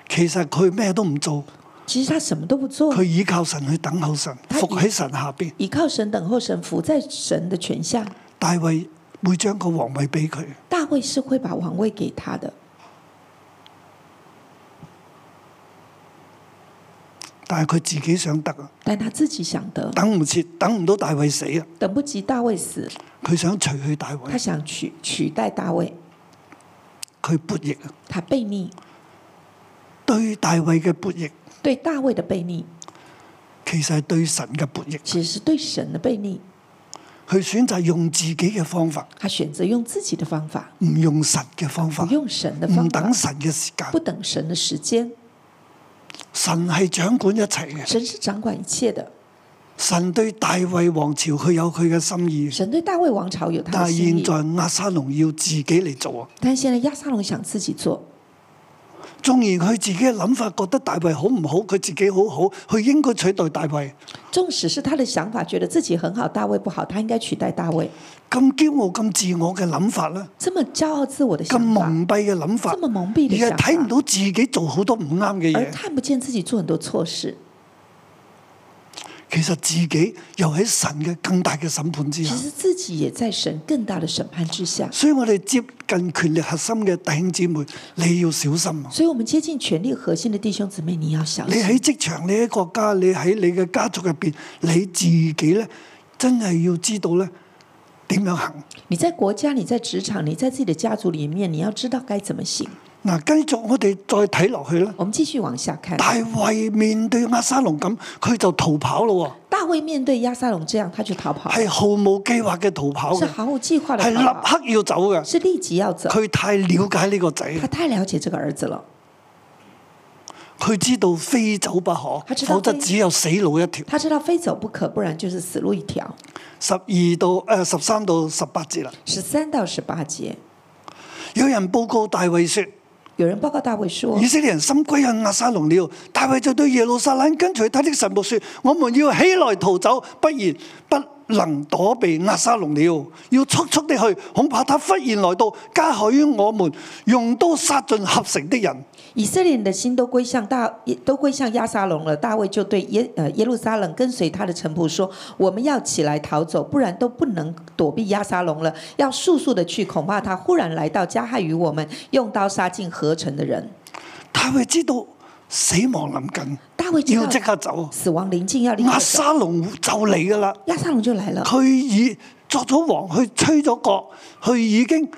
Speaker 2: 其實佢咩都唔做，
Speaker 3: 其实他什么都不做
Speaker 2: 佢，倚靠神去等候神，
Speaker 3: 他
Speaker 2: 伏喺神下邊。
Speaker 3: 依靠神等候神，伏在神的权下。
Speaker 2: 大衛會將個皇位俾佢。
Speaker 3: 大卫是会把王位给他的，
Speaker 2: 但係佢自己想得啊，
Speaker 3: 但他自己想得，
Speaker 2: 等唔切，等唔到大衛死啊！
Speaker 3: 等不及大卫死，
Speaker 2: 佢想除去大
Speaker 3: 他
Speaker 2: 衛，
Speaker 3: 想取取代大卫，
Speaker 2: 佢悖逆啊！
Speaker 3: 他悖逆，
Speaker 2: 對大衛嘅悖逆，
Speaker 3: 对大卫的悖逆，
Speaker 2: 其實係對神嘅悖逆。
Speaker 3: 其实是对神的悖逆。
Speaker 2: 佢選擇用自己嘅方法，
Speaker 3: 他选择用自己的方法，
Speaker 2: 唔用神嘅方法
Speaker 3: 不，用神的
Speaker 2: 唔
Speaker 3: 方法
Speaker 2: 等，神嘅時間
Speaker 3: 不。等神的时间。
Speaker 2: 神係掌管一切嘅，
Speaker 3: 神是掌管一切的，
Speaker 2: 神對大衛王朝佢有佢嘅心意，
Speaker 3: 神对大卫王朝有他
Speaker 2: 但
Speaker 3: 的
Speaker 2: 係
Speaker 3: 心
Speaker 2: 現
Speaker 3: 意
Speaker 2: 在。亞沙龍要自己嚟做啊！
Speaker 3: 但现在亚撒龙想自己做，
Speaker 2: 縱然佢自己嘅諗法覺得大衛好唔好，佢自己好好，佢應該取代大衛。
Speaker 3: 纵使是他的想法，觉得自己很好，大卫不好，他应该取代大卫。
Speaker 2: 咁驕傲、咁自我嘅諗法咧，
Speaker 3: 这么骄傲自我的
Speaker 2: 咁
Speaker 3: 想法，
Speaker 2: 蒙蔽嘅諗法
Speaker 3: 这，么蒙蔽
Speaker 2: 而
Speaker 3: 的
Speaker 2: 係
Speaker 3: 想法，
Speaker 2: 睇唔到自己做好多唔啱嘅
Speaker 3: 而
Speaker 2: 嘢。
Speaker 3: 看不见自己做很多错事，
Speaker 2: 其實自己又喺神嘅更大嘅審判之
Speaker 3: 其
Speaker 2: 下。
Speaker 3: 实自己也在神更大的审判之下。
Speaker 2: 所以我哋接近權力核心嘅弟兄姊妹，你要小心啊！
Speaker 3: 所以，我们接近权力核心的弟兄姊妹，你要小
Speaker 2: 你
Speaker 3: 心。
Speaker 2: 喺職場，你喺國家，你喺你嘅家族入邊，你自己咧真係要知道咧點樣行。
Speaker 3: 你在国家，你在职场，你在自己的家族里面，你要知道该怎么行。
Speaker 2: 嗱，繼續我哋再睇落去啦。
Speaker 3: 我们继续往下看，
Speaker 2: 大衛面對亞沙龍咁，佢就逃跑咯
Speaker 3: 大卫面对亚撒龙这样，他就逃跑
Speaker 2: 喎，，係毫無計劃嘅逃跑
Speaker 3: 啊是
Speaker 2: 嘅，
Speaker 3: 毫无计划
Speaker 2: 係
Speaker 3: 的
Speaker 2: 立
Speaker 3: 逃跑，
Speaker 2: 刻要走嘅。
Speaker 3: 是立即要走。
Speaker 2: 佢太了解呢個
Speaker 3: 他
Speaker 2: 仔，
Speaker 3: 太了解这个儿子了，
Speaker 2: 佢知道非走不可
Speaker 3: 他，知道
Speaker 2: 否則
Speaker 3: 非
Speaker 2: 只有死路一條。
Speaker 3: 他知道非走不可，不然就是死路一条。
Speaker 2: 十二到诶十三到十八節啦。
Speaker 3: 十三到十八节，
Speaker 2: 有人報告大衛說：
Speaker 3: 有人报告大卫说
Speaker 2: 以，色列人心歸向亞沙龍了。大衛就對耶路撒冷跟隨他的神木說：我們要起來逃走，不然不能躲避亞沙龍了。要速速地去，恐怕他忽然來到，加害於我們，用刀殺盡合城的人。
Speaker 3: 以色列人的心都归向大，也都归向亚沙龙了。大卫就对耶呃耶路撒冷跟随他的臣仆说：“我们要起来逃走，不然都不能躲避亚沙龙了。要速速的去，恐怕他忽然来到，加害于我们，用刀杀尽合城的人。
Speaker 2: 大衛知道死亡臨”
Speaker 3: 大卫知
Speaker 2: 近，要
Speaker 3: 道
Speaker 2: 即刻走。
Speaker 3: 死亡临近，要立刻
Speaker 2: 亞
Speaker 3: 走。
Speaker 2: 沙龍就嚟噶啦，
Speaker 3: 亚沙龙就来了，
Speaker 2: 佢已作咗王，佢吹咗角，佢已經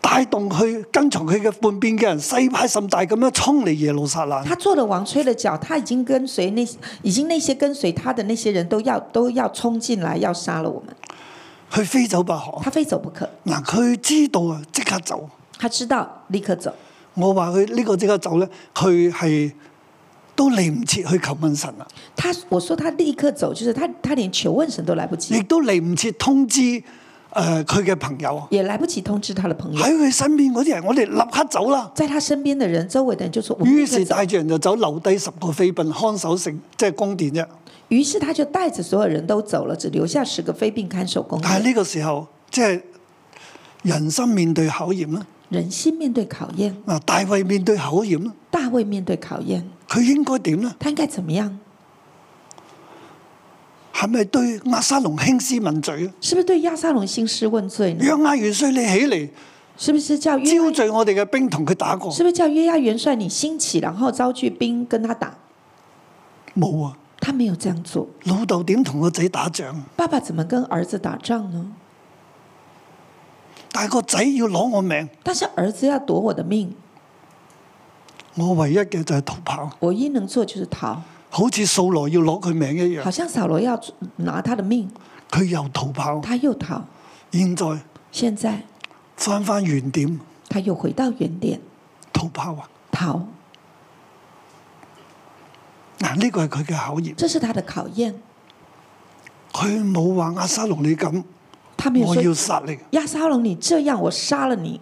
Speaker 2: 帶動佢跟從佢嘅半邊嘅人西派甚大咁樣衝嚟耶路撒冷。
Speaker 3: 他做了王，吹了脚，他已经跟随那已经那些跟随他的那些人都要都要冲进来，要杀了我们。
Speaker 2: 佢非走不可。
Speaker 3: 他非走不可，
Speaker 2: 嗱，佢知道啊，即刻走。
Speaker 3: 他知道立刻走。
Speaker 2: 我話佢呢個即刻走咧，佢係都嚟唔切去求問神啦，啊
Speaker 3: 他我说他立刻走，就是他他连求问神都来不
Speaker 2: 亦
Speaker 3: 及，
Speaker 2: 都嚟唔切通知誒佢嘅朋友啊
Speaker 3: 也来不及通知他的朋友，
Speaker 2: 喺佢身邊嗰啲人，我哋立刻走啦。
Speaker 3: 在他身边的人，周围的人就说：“我们
Speaker 2: 於
Speaker 3: 立刻
Speaker 2: 是
Speaker 3: 走。
Speaker 2: 帶住人就走，留低十個妃嫔看守城，即係宮殿啫。”
Speaker 3: 于是他就带着所有人都走了，只留下十个妃嫔看守宫
Speaker 2: 但係
Speaker 3: 殿。
Speaker 2: 呢個時候，即係人心面對考驗啦。
Speaker 3: 人心面對考验，
Speaker 2: 嗱，大衛面對考驗啦，
Speaker 3: 大卫面对考验，
Speaker 2: 佢應該點咧？
Speaker 3: 他应该怎么样？
Speaker 2: 係咪對亞沙龍興師問罪啊？
Speaker 3: 是不是对亞沙龍兴师问罪呢？
Speaker 2: 約亞元帥，你起嚟！
Speaker 3: 是不是叫约
Speaker 2: 招聚我哋嘅兵同佢打過，
Speaker 3: 是不是叫约押元帅你兴起，然后招聚兵跟他打？
Speaker 2: 冇啊！
Speaker 3: 他没有这样做。
Speaker 2: 老豆點同個仔打仗？
Speaker 3: 爸爸怎么跟儿子打仗呢？
Speaker 2: 但係個仔要攞我命，
Speaker 3: 但是儿子要夺我的命，
Speaker 2: 我唯一嘅就係逃跑，
Speaker 3: 我一能做就是逃，
Speaker 2: 好似掃羅要攞佢命一樣。
Speaker 3: 好像扫罗要拿他的命，
Speaker 2: 佢又逃跑，
Speaker 3: 他又逃。
Speaker 2: 現在
Speaker 3: 现在
Speaker 2: 翻翻原點
Speaker 3: 他又回到原点，
Speaker 2: 逃跑啊！
Speaker 3: 逃，
Speaker 2: 嗱，呢個係佢嘅考驗。
Speaker 3: 这是他的考验。
Speaker 2: 佢冇話阿沙龍你咁，
Speaker 3: 他没有
Speaker 2: 我要
Speaker 3: 说
Speaker 2: 殺你，
Speaker 3: 亚沙龙你这样，我杀了你，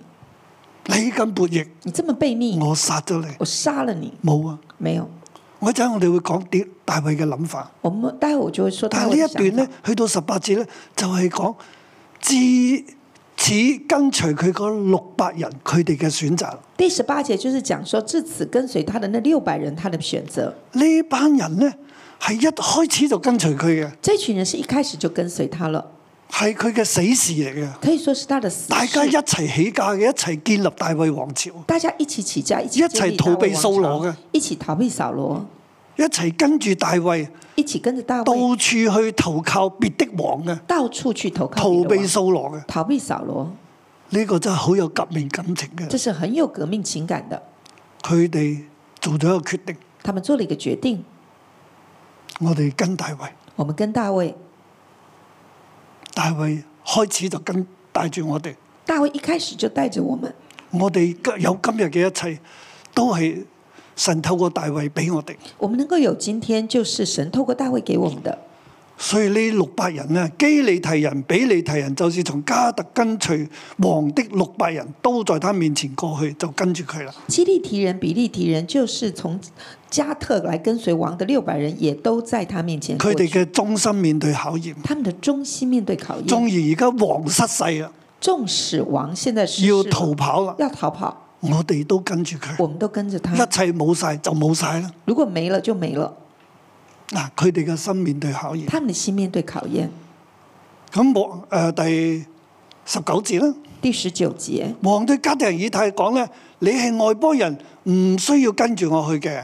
Speaker 2: 你咁悖逆，
Speaker 3: 你这么悖逆，
Speaker 2: 我殺咗你。
Speaker 3: 我杀了你。
Speaker 2: 冇啊！
Speaker 3: 没有，
Speaker 2: 我一陣我哋會講啲大衛嘅諗法。
Speaker 3: 我们待会我就会说
Speaker 2: 但
Speaker 3: 到
Speaker 2: 係
Speaker 3: 我
Speaker 2: 呢
Speaker 3: 的
Speaker 2: 一段
Speaker 3: 想
Speaker 2: 咧
Speaker 3: 法，
Speaker 2: 去到十八節咧，就係講至此跟隨佢嗰六百人佢哋嘅選擇。
Speaker 3: 第十八节就是讲说，至此跟随他的那六百人，他的选择。
Speaker 2: 呢班人咧係一開始就跟隨佢嘅，
Speaker 3: 这群人是一开始就跟随他了，
Speaker 2: 係佢嘅死士嚟嘅。
Speaker 3: 可以说是他的死士。
Speaker 2: 大家一齊起價嘅，一齊建立大衛王朝，
Speaker 3: 大家一起起家，一起
Speaker 2: 一齊逃避
Speaker 3: 扫
Speaker 2: 掃羅嘅，
Speaker 3: 一起逃避扫罗，
Speaker 2: 一齊跟住大衛
Speaker 3: 一起跟着大
Speaker 2: 到
Speaker 3: 卫
Speaker 2: 處去投靠別的王嘅，
Speaker 3: 到处去投靠
Speaker 2: 逃
Speaker 3: 别的
Speaker 2: 避
Speaker 3: 王
Speaker 2: 掃羅嘅。呢、
Speaker 3: 逃避扫罗，
Speaker 2: 個真係好有革命感情嘅。
Speaker 3: 这是很有革命情感的。
Speaker 2: 佢哋做咗一個決定，
Speaker 3: 他们做了一个决定，
Speaker 2: 我哋跟大衛。
Speaker 3: 我们跟大卫，
Speaker 2: 大衛開始就跟帶住我哋，
Speaker 3: 大卫一开始就带着我们，
Speaker 2: 我哋今有今日嘅一切，都係神透過大衛俾我哋。
Speaker 3: 我们能够有今天，就是神透过大卫给我们的。
Speaker 2: 所以呢六百人呢，基利提人、比利提人，就是從加特跟隨王的六百人，都在他面前過去，就跟住佢啦。
Speaker 3: 基利提人、比利提人，就是从加特来跟随王的六百人，也都在他面前
Speaker 2: 佢
Speaker 3: 过
Speaker 2: 哋
Speaker 3: 去。
Speaker 2: 嘅忠心面對考驗，
Speaker 3: 他们的忠心面对考验，
Speaker 2: 縱然而家王失勢啦，
Speaker 3: 纵使王现在失势
Speaker 2: 要
Speaker 3: 了
Speaker 2: 逃跑啦，
Speaker 3: 要逃跑，
Speaker 2: 我哋都跟住佢，
Speaker 3: 我们都跟着
Speaker 2: 一
Speaker 3: 他。
Speaker 2: 切冇晒就冇晒啦。
Speaker 3: 如果没了就没了，
Speaker 2: 嗱，佢哋嘅心面對考驗。
Speaker 3: 他们的心面对考验。
Speaker 2: 咁王誒第十九節啦。
Speaker 3: 第十九节，
Speaker 2: 王對加特人以太講咧：你係外邦人，唔需要跟住我去嘅，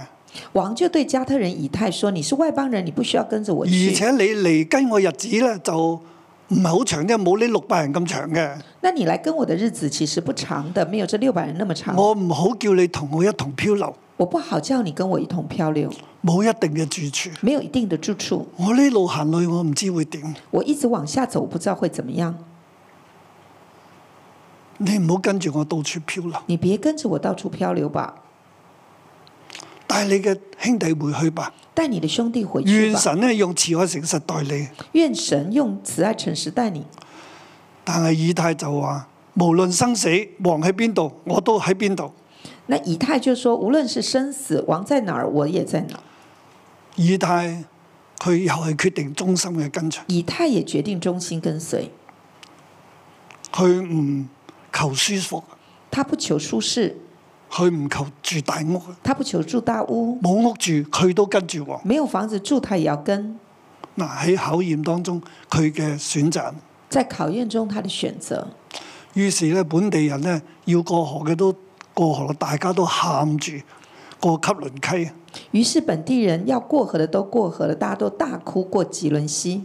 Speaker 3: 王就对加特人以太说：“你是外邦人，你不需要跟着我
Speaker 2: 而
Speaker 3: 去。
Speaker 2: 且你嚟跟我日子咧就唔係好長啫，冇呢六百人咁長嘅。
Speaker 3: 那你来跟我的日子其实不长的，没有这六百人那么长。我
Speaker 2: 我唔好叫你同我一同漂流，
Speaker 3: 不好叫你跟我一同漂流，
Speaker 2: 冇一定嘅住處。
Speaker 3: 没有一定的住处，
Speaker 2: 我呢路行去，我唔知會點。
Speaker 3: 我一直往下走，不知道会怎么样。
Speaker 2: 你唔好跟住我到處漂流，
Speaker 3: 你别跟着我到处漂流吧，
Speaker 2: 帶你嘅兄弟回去吧。
Speaker 3: 带你的兄弟回去
Speaker 2: 願
Speaker 3: 吧。
Speaker 2: 神咧用慈愛誠實待你。
Speaker 3: 愿神用慈爱诚实待你。”
Speaker 2: 但係以太就話：無論生死，王喺邊度，我都喺邊度。
Speaker 3: 那以太就说，无论是生死，王在哪儿，我也在哪儿。
Speaker 2: 以太佢又係決定忠心嘅跟隨。
Speaker 3: 以太也决定忠心跟随，
Speaker 2: 佢唔求舒服，
Speaker 3: 他不求舒适，
Speaker 2: 佢唔求住大屋，
Speaker 3: 他不求住大屋，
Speaker 2: 冇屋住佢都跟住王。
Speaker 3: 没有房子住，他也要跟。
Speaker 2: 嗱喺考驗當中，佢嘅選擇。
Speaker 3: 在考验中，他的选择。
Speaker 2: 於是咧，本地人咧要過河嘅都過河啦，大家都喊住過吸倫溪。
Speaker 3: 于是本地人要过河的都过河了，大家都大哭过吉伦溪。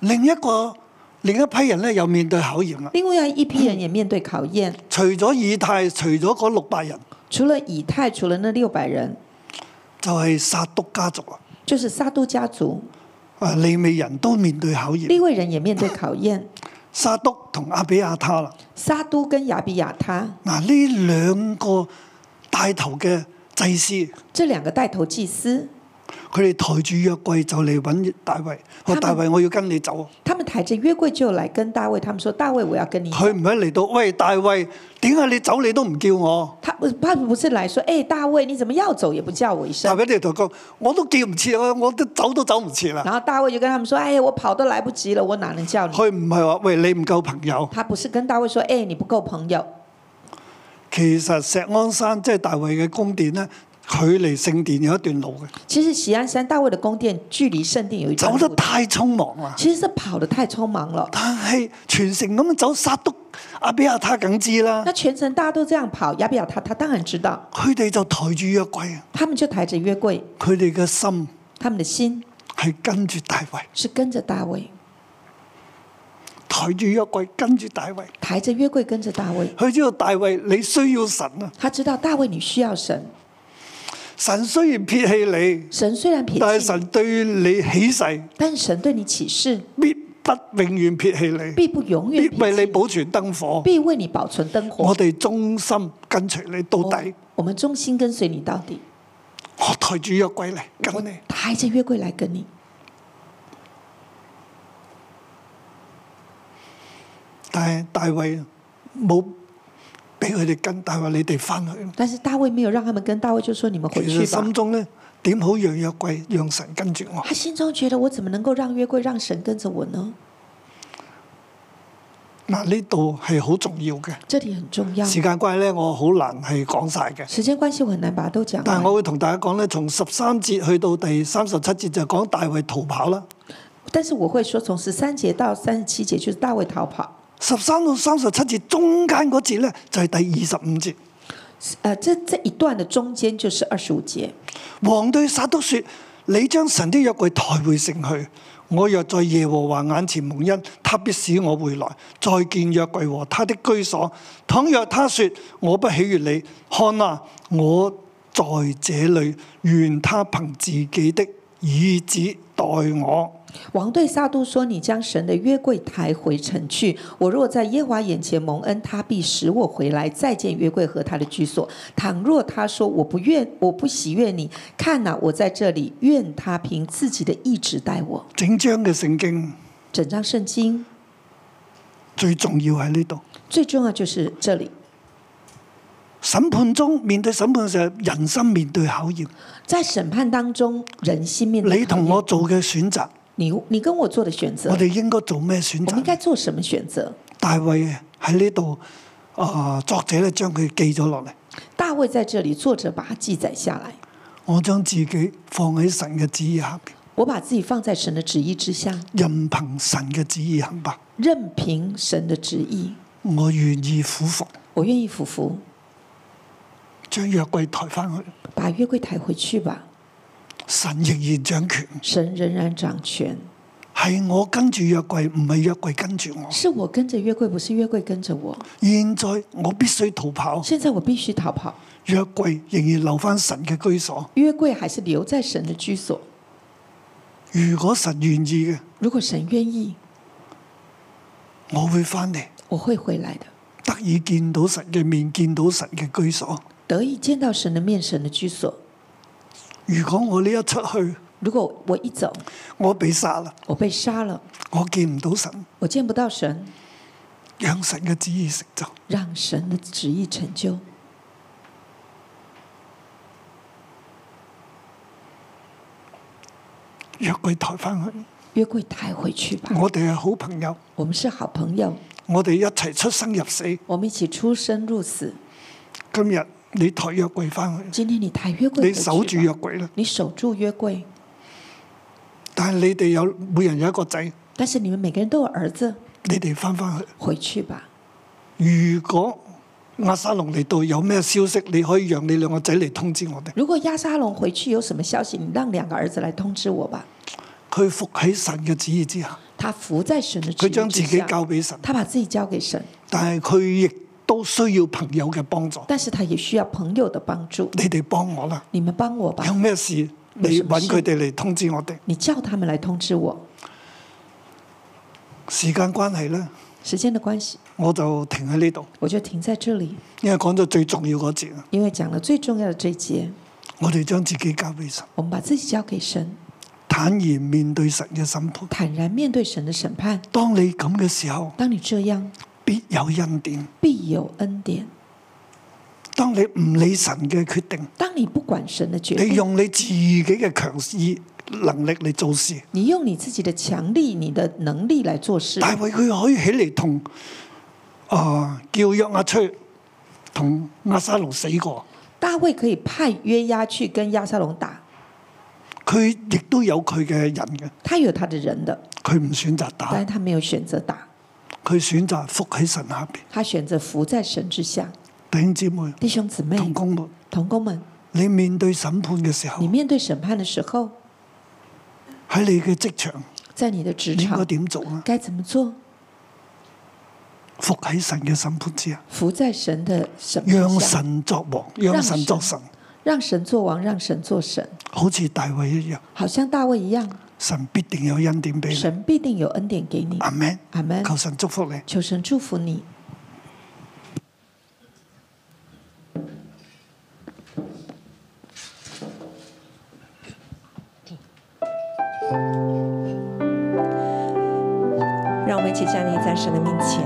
Speaker 2: 另一個另一批人咧又面對考驗啦。
Speaker 3: 另外一批人也面对考验，
Speaker 2: 除咗以太，除咗嗰六百人，
Speaker 3: 除了以太，除了那六百人，
Speaker 2: 就係、撒督家族啊，
Speaker 3: 就是撒都家族，
Speaker 2: 啊利未人都面對考驗。
Speaker 3: 利未人也面对考验。
Speaker 2: 撒督同阿比亞他啦，
Speaker 3: 撒都跟亚比亚他
Speaker 2: 嗱呢兩個帶頭嘅祭司，
Speaker 3: 这两个带头祭司，
Speaker 2: 佢哋抬住約櫃就嚟揾大衛，話
Speaker 3: 他們
Speaker 2: 大衛我要跟你走啊。
Speaker 3: 他们抬着约柜就来跟大卫，他们说：“大卫，我要跟你。
Speaker 2: 佢唔係嚟到，喂大衛，點解你走你都唔叫我？”
Speaker 3: 他不，他不是来说：“哎、大卫，你怎么要走也不叫我一
Speaker 2: 大
Speaker 3: 声
Speaker 2: 衛呢同佢講，我都叫唔切啊，我都走都走唔切？”啦。
Speaker 3: 然后大卫就跟他们说：“哎呀，我跑都来不及了，我哪能叫你
Speaker 2: 佢唔係話喂你唔夠朋？”友，
Speaker 3: 他不是跟大卫说：“哎、你不够朋友。
Speaker 2: 其實石安山即係大衛嘅宮殿咧，距離聖殿有一段路嘅，”
Speaker 3: 其实喜安山大卫的宫殿距离圣殿有一段
Speaker 2: 走
Speaker 3: 路
Speaker 2: 得，太匆忙啦。
Speaker 3: 其实是跑得太匆忙了。
Speaker 2: 但係全城咁樣走，撒督阿比亞他梗知啦
Speaker 3: 那。全程大家都这样跑，亚比亚他他当然知道，
Speaker 2: 佢哋就抬住約櫃啊，
Speaker 3: 他们就抬着约柜，
Speaker 2: 佢哋嘅心
Speaker 3: 他们的心
Speaker 2: 係跟住大衛，
Speaker 3: 是跟着大卫，
Speaker 2: 抬住約櫃跟住大衛。
Speaker 3: 抬着约柜跟着大卫。
Speaker 2: 佢知道大衛你需要神啊，
Speaker 3: 他知道大卫你需要神，
Speaker 2: 神雖然撇棄你，
Speaker 3: 神虽然撇
Speaker 2: 但係
Speaker 3: 弃，
Speaker 2: 神對你起誓，
Speaker 3: 但神对你起誓，
Speaker 2: 必不永遠撇棄你。
Speaker 3: 必不永远
Speaker 2: 必
Speaker 3: 撇
Speaker 2: 為你
Speaker 3: 弃，
Speaker 2: 保存燈火。
Speaker 3: 必为你保存灯火
Speaker 2: 我。哋忠心跟隨你到底，
Speaker 3: 我们忠心跟随你到底，
Speaker 2: 我抬住約櫃嚟跟你。
Speaker 3: 抬着约柜来跟你。
Speaker 2: 但係大衛冇俾佢哋跟，大衛你哋翻去啦。
Speaker 3: 但是大卫没有让他们跟，大卫就说：“你们
Speaker 2: 其
Speaker 3: 回去
Speaker 2: 實
Speaker 3: 吧。
Speaker 2: 心中咧點好讓約櫃讓神跟住我。
Speaker 3: 他心中觉得：“我怎么能够让约柜让神跟着我呢
Speaker 2: 嗱呢度係好重要嘅，？”
Speaker 3: 这里很重要。
Speaker 2: 時間關係咧，我好難係講晒嘅。
Speaker 3: 时间关系，我很难把它都讲
Speaker 2: 但係
Speaker 3: 完。
Speaker 2: 我會同大家講咧，從十三節去到第三十七節就講大衛逃跑啦。
Speaker 3: 但是我会说，从十三节到三十七节就是大卫逃跑。
Speaker 2: 十三到三十七節中間嗰節咧就係第二十五節。
Speaker 3: 呃，这这一段的中间就是二十五节。
Speaker 2: 王對撒督說：你將神的約櫃抬回城去，我若在耶和華眼前蒙恩，他必使我回來，再見約櫃和他的居所。倘若他說我不喜悦你，看啊，我在這裏，願他憑自己的意志待我。
Speaker 3: 王对撒都说：“你将神的约柜抬回城去。我若在耶和华眼前蒙恩，他必使我回来，再见约柜和他的居所。倘若他说我不愿，我不喜悦你，看哪、我在这里，愿他凭自己的意志待我。
Speaker 2: 整章嘅聖經”
Speaker 3: 整张圣经
Speaker 2: 最重要喺呢度。
Speaker 3: 最重要就是这里，
Speaker 2: 審判中面對審判嘅時候，人心面對考驗。
Speaker 3: 在审判当中，人心面对
Speaker 2: 你同我做嘅選擇，
Speaker 3: 你你跟我做的选择
Speaker 2: 我，哋應該做咩選
Speaker 3: 我
Speaker 2: 擇
Speaker 3: 们应？该做什么选择？
Speaker 2: 大衛喺呢度，啊、作者咧將佢記咗落嚟。
Speaker 3: 大卫在这里，作者把它记载下来。
Speaker 2: 我將自己放喺神嘅旨意下边，
Speaker 3: 我把自己放在神的旨意之下，
Speaker 2: 任憑神嘅旨意行吧。
Speaker 3: 任凭神的旨意，
Speaker 2: 我願意俯伏，
Speaker 3: 我愿意俯伏，
Speaker 2: 將約櫃抬翻去。
Speaker 3: 把约柜抬回去吧。
Speaker 2: 神仍然掌權，
Speaker 3: 神仍然掌权，
Speaker 2: 係我跟住約櫃，唔係約櫃跟住我。
Speaker 3: 是我跟着约柜，不是约柜跟着我。
Speaker 2: 現在我必須逃跑，
Speaker 3: 现在我必须逃跑，
Speaker 2: 約櫃仍然留翻神嘅居所。
Speaker 3: 约柜还是留在神的居所。
Speaker 2: 如果神願意嘅，
Speaker 3: 如果神愿意，
Speaker 2: 我會翻嚟，
Speaker 3: 我会回来的，
Speaker 2: 得以見到神嘅面，見到神嘅居所。
Speaker 3: 得以见到神的面，神的居所。
Speaker 2: 如果我呢一出去，
Speaker 3: 如果我一走，
Speaker 2: 我被殺啦，
Speaker 3: 我被杀了，
Speaker 2: 我見唔到神。
Speaker 3: 我见不到神，
Speaker 2: 讓神嘅旨意成就。
Speaker 3: 让神的旨意成就。
Speaker 2: 約佢抬翻去，
Speaker 3: 约柜抬回去吧。
Speaker 2: 我哋係好朋友，
Speaker 3: 我们是好朋友，
Speaker 2: 我哋一齊出生入死。
Speaker 3: 我们一起出生入死。
Speaker 2: 今日你抬約櫃翻去，
Speaker 3: 今天你抬约柜，
Speaker 2: 你守住約，櫃啦。
Speaker 3: 你守住约柜，
Speaker 2: 但係你哋有每人有一個仔，
Speaker 3: 但是你们每个人都有儿子，
Speaker 2: 你哋翻翻去。
Speaker 3: 回去吧。
Speaker 2: 如果亞沙龍嚟到有咩消息，你可以讓你兩個仔嚟通知我哋。
Speaker 3: 如果亚沙龙回去有什么消息，你让两个儿子来通知我吧。
Speaker 2: 佢服喺神嘅旨意之下，
Speaker 3: 他伏在神的旨
Speaker 2: 佢
Speaker 3: 意
Speaker 2: 將自
Speaker 3: 之
Speaker 2: 己
Speaker 3: 下，
Speaker 2: 交俾神，
Speaker 3: 他把自己交给神，
Speaker 2: 但係佢亦都需要朋友嘅幫助。
Speaker 3: 但是他也需要朋友的帮助。
Speaker 2: 你哋幫我啦，
Speaker 3: 你们帮我吧
Speaker 2: 有，咩事你揾佢哋嚟通知我哋。
Speaker 3: 你叫他们来通知我。
Speaker 2: 時間關係呢，
Speaker 3: 时间的关系，
Speaker 2: 我就停喺呢度，
Speaker 3: 我就停在这里，
Speaker 2: 因為講咗最重要嗰節啦。
Speaker 3: 因为讲了最重要的这一节，
Speaker 2: 我哋將自己交俾神，
Speaker 3: 我们把自己交给神，
Speaker 2: 坦然面對神嘅審判。
Speaker 3: 坦然面对神的审判。
Speaker 2: 當你咁嘅時候，
Speaker 3: 当你这样，
Speaker 2: 必有恩典。
Speaker 3: 必有恩典。
Speaker 2: 當你唔理神嘅決定，
Speaker 3: 当你不管神的决
Speaker 2: 你
Speaker 3: 定，
Speaker 2: 哎用你自己嘅強意能力嚟做事。
Speaker 3: 你用你自己的强力、你的能力来做事。
Speaker 2: 大衛佢可以起嚟同啊叫約押出去，同亞沙龍死過，
Speaker 3: 大卫可以派约押去跟亚沙龙打，
Speaker 2: 佢亦都有佢嘅人嘅，
Speaker 3: 他有他的人的，
Speaker 2: 佢唔選擇打
Speaker 3: 但，是他没有选择打，
Speaker 2: 佢選擇伏喺神下邊。
Speaker 3: 他选择伏在神之下。
Speaker 2: 弟兄姊妹、
Speaker 3: 弟兄姊妹、
Speaker 2: 同工們，
Speaker 3: 同工们，
Speaker 2: 你面對審判嘅時候
Speaker 3: 你，面对审判的时候，
Speaker 2: 喺你嘅職場
Speaker 3: 在你的职
Speaker 2: 應該
Speaker 3: 场
Speaker 2: 點做啊？
Speaker 3: 该怎么做？
Speaker 2: 伏喺神嘅審判之下，
Speaker 3: 伏在神的审判
Speaker 2: 讓
Speaker 3: 下，
Speaker 2: 神作王，讓神作神，
Speaker 3: 让神做王，让神做神，
Speaker 2: 好似大衛一樣，
Speaker 3: 好像大卫一样，
Speaker 2: 神必定有恩典俾你。
Speaker 3: 神必定有恩典给你。
Speaker 2: 阿 Man，
Speaker 3: 阿门。
Speaker 2: 求神祝福你。
Speaker 3: 求神祝福你。
Speaker 4: 让我们一起站立在神的面前。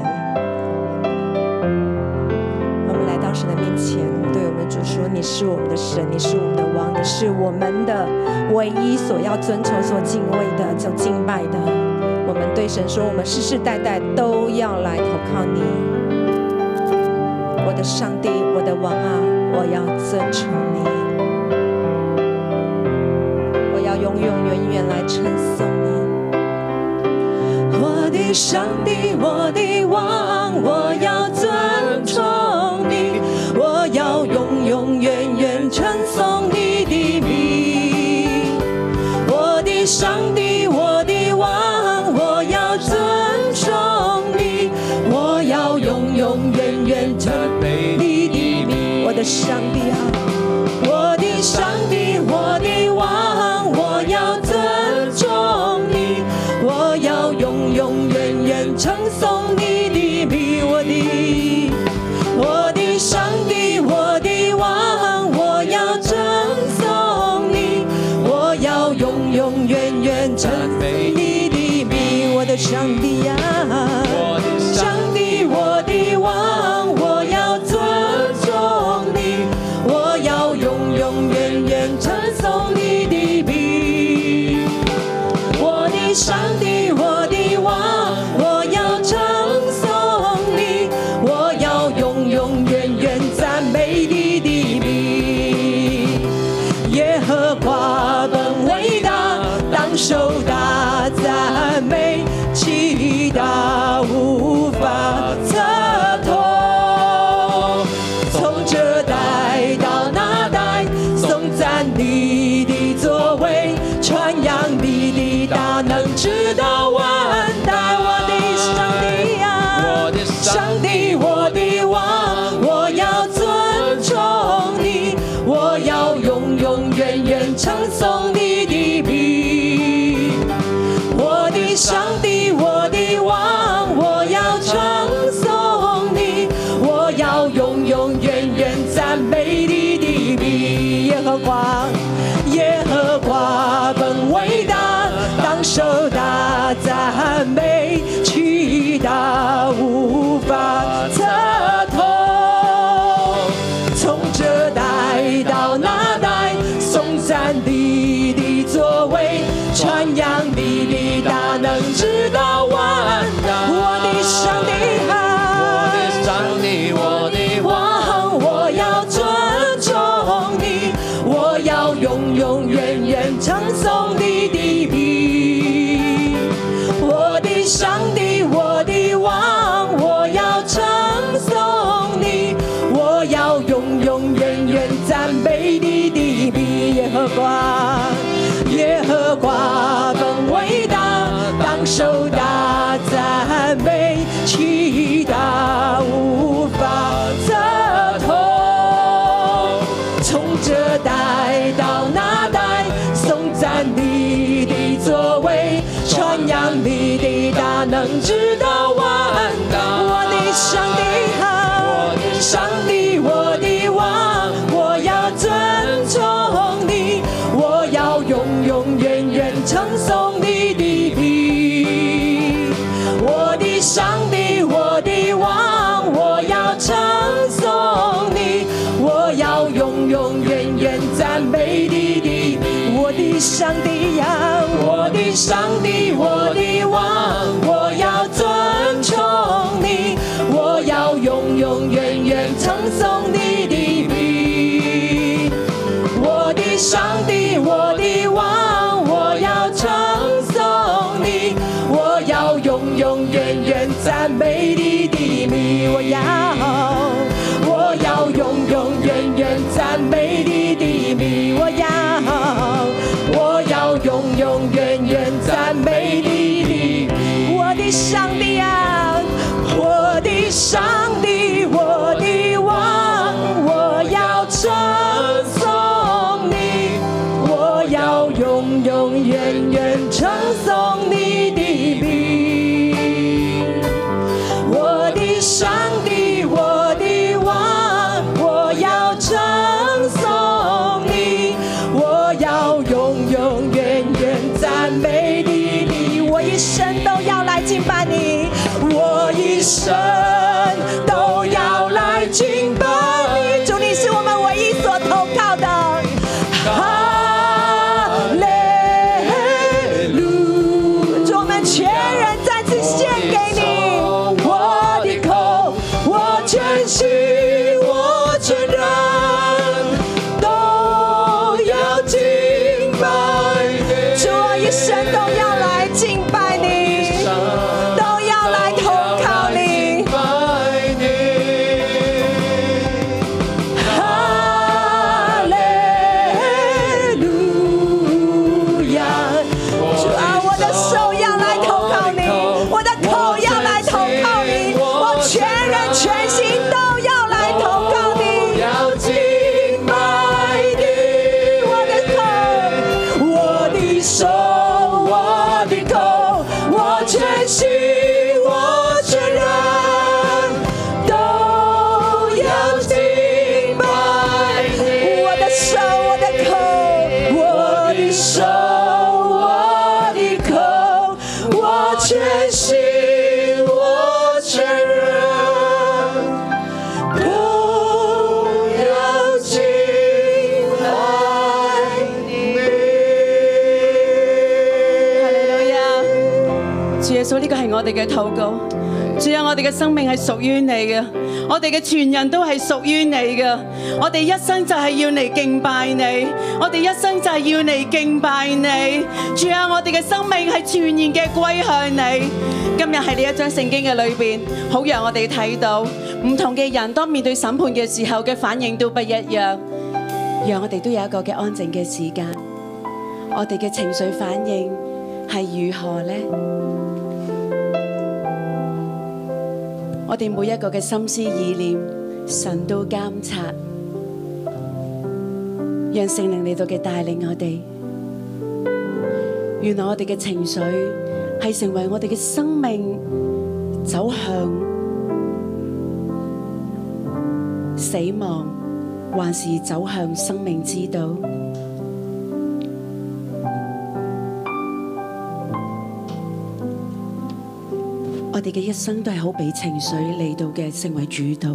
Speaker 4: 我们来到神的面前，对我们的主说：“你是我们的神，你是我们的王，你是我们的唯一所要遵从、所敬畏的、所敬拜的。”我们对神说：“我们世世代代都要来投靠你，我的上帝，我的王啊！我要遵从你，我要永永远远来称颂你。”我的上帝，我的王，我要尊崇你，我要永永远远称颂你的名。我的上帝，我的王，我要尊崇你，我要永永远远赞美你的名。我的上帝啊！我的上帝，我的王，我要尊重你，我要永永远远称颂你的名，我的，我的上帝，我的王，我要称颂你，我要永永远远称美你的名，我的上帝呀、上帝，我的王，我要尊重你，我要永永远远称颂你的名。我的上帝，我的王，我要称颂你，我要永永远远赞美你的名。耶和华本伟大，当受大赞美，其大无法测透。从这代到那代，颂赞你的作为，传扬你的大能，直到万代。我的上帝啊，我的上帝，我的王，我要尊崇你，我要永永远远称颂你的名。我的上帝，我的王，我要称颂你，我要永永远远赞美你的名。耶和华，耶和华本伟大，当受大赞美，其大无法测透。从这代到那代，颂赞你的作为，传扬你的大能，直到万代。我的上帝啊，
Speaker 5: 我的上帝，我的
Speaker 4: 王，我要尊耶和华本伟大，当手大赞美，其大无法测透。从这代到那代，颂赞你的作为，传扬你的大能，直到万代。我的上帝啊，我的上帝，我的王，我要尊崇你，我要永永远远称颂你的名。我的上帝，我的王，我要称颂你，我要永永远远赞美你的名。我的上帝呀、我的上帝，我的王，我要尊崇你，我要永永远远称颂你的名。我的上帝，我的王，我要称颂你，我要永永远远赞美你的名。我要，我要永永远远赞美你的名。我要，我要永永远远赞美你的名。我的上帝啊，我的上帝，我的王，我要称颂你，我要永永远远称颂你的名。我的上帝，我的王，我要称颂你，我要永永远远赞美你的，我一生都要来敬拜你，我一生都要来敬拜你，主，你是我们唯一所投靠的。哈利路，主，我们全人再次献给你，我的口，我全心，我全人都要敬拜你，主，我一生都要来敬拜你，都要来投靠你。哈利路亚！主啊，我的手要来投靠你，我的口要来投靠你，我全人全心都要来投靠你。我的口，我的手，我的口，我全心，我全人都要敬拜你。我的手，我的口，我的手，我的口，我全心，我全人。都要敬拜
Speaker 6: 哈利路亞！主耶穌，呢個係我哋嘅禱告。主啊，我哋嘅生命係屬於你嘅，我哋嘅全人都係屬於你嘅。我哋一生就係要嚟敬拜你，我哋一生就係要嚟敬拜你。主啊，我哋嘅生命係全然嘅歸向你。今日喺呢一章聖經嘅裏邊，好讓我哋睇到唔同嘅人當面對審判嘅時候嘅反應都不一樣，讓我哋都有一個嘅安靜嘅時間。我哋嘅情緒反應係如何呢？我哋每一個嘅心思意念，神都監察，讓聖靈嚟到嘅帶領我哋。原來我哋嘅情緒係成為我哋嘅生命走向死亡，還是走向生命之道？我哋嘅一生都係好被情緒嚟到嘅成為主導。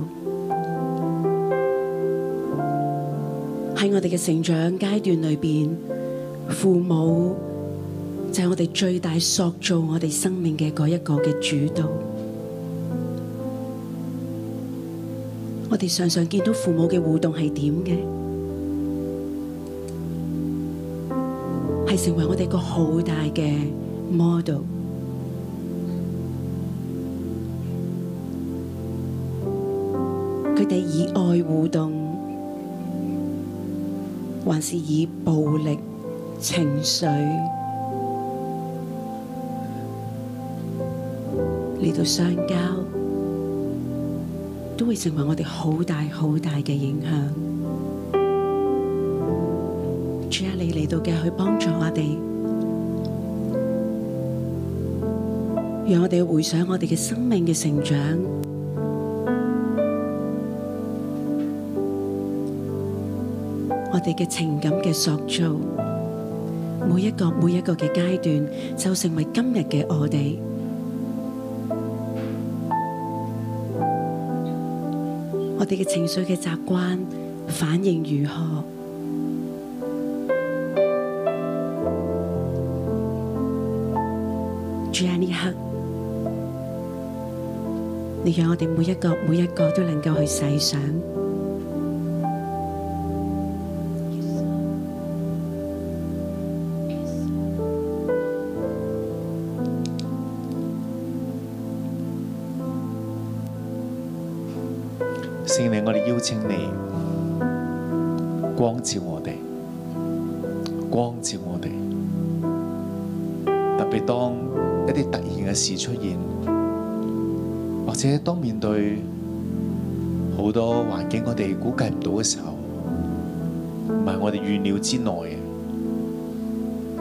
Speaker 6: 喺我哋嘅成長階段裏邊，父母就係我哋最大塑造我哋生命嘅嗰一個嘅主導。我哋常常見到父母嘅互動係點嘅，係成為我哋個好大嘅 model。佢哋以愛互動，還是以暴力情緒嚟到相交，都會成為我哋好大好大嘅影響。主啊，你嚟到嘅去幫助我哋，讓我哋回想我哋嘅生命嘅成長。我哋嘅情感嘅塑造，每一個每一個嘅階段，就成為今日嘅我哋。我哋嘅情緒嘅習慣反應如何？主啊喺呢一刻，你讓我哋每一個每一個都能夠去細想。
Speaker 4: 圣灵，我哋邀请你光照我哋，光照我哋。特別當一啲突然嘅事出現，或者當面對好多環境我哋估計唔到嘅時候，唔係我哋預料之內嘅，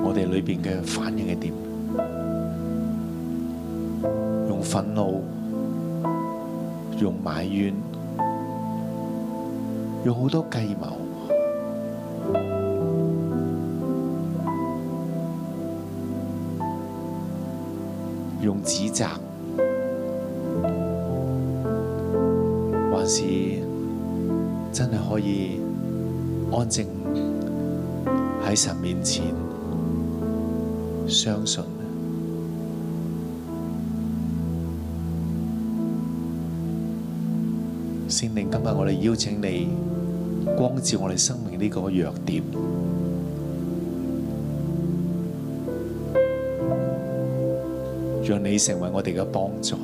Speaker 4: 我哋裏邊嘅反應係點？用憤怒，用埋怨。用好多計謀。用指責，還是真係可以安靜喺神面前，相信聖靈，今日我哋邀請你光照我哋生命呢個弱點。讓你成為我哋嘅幫助。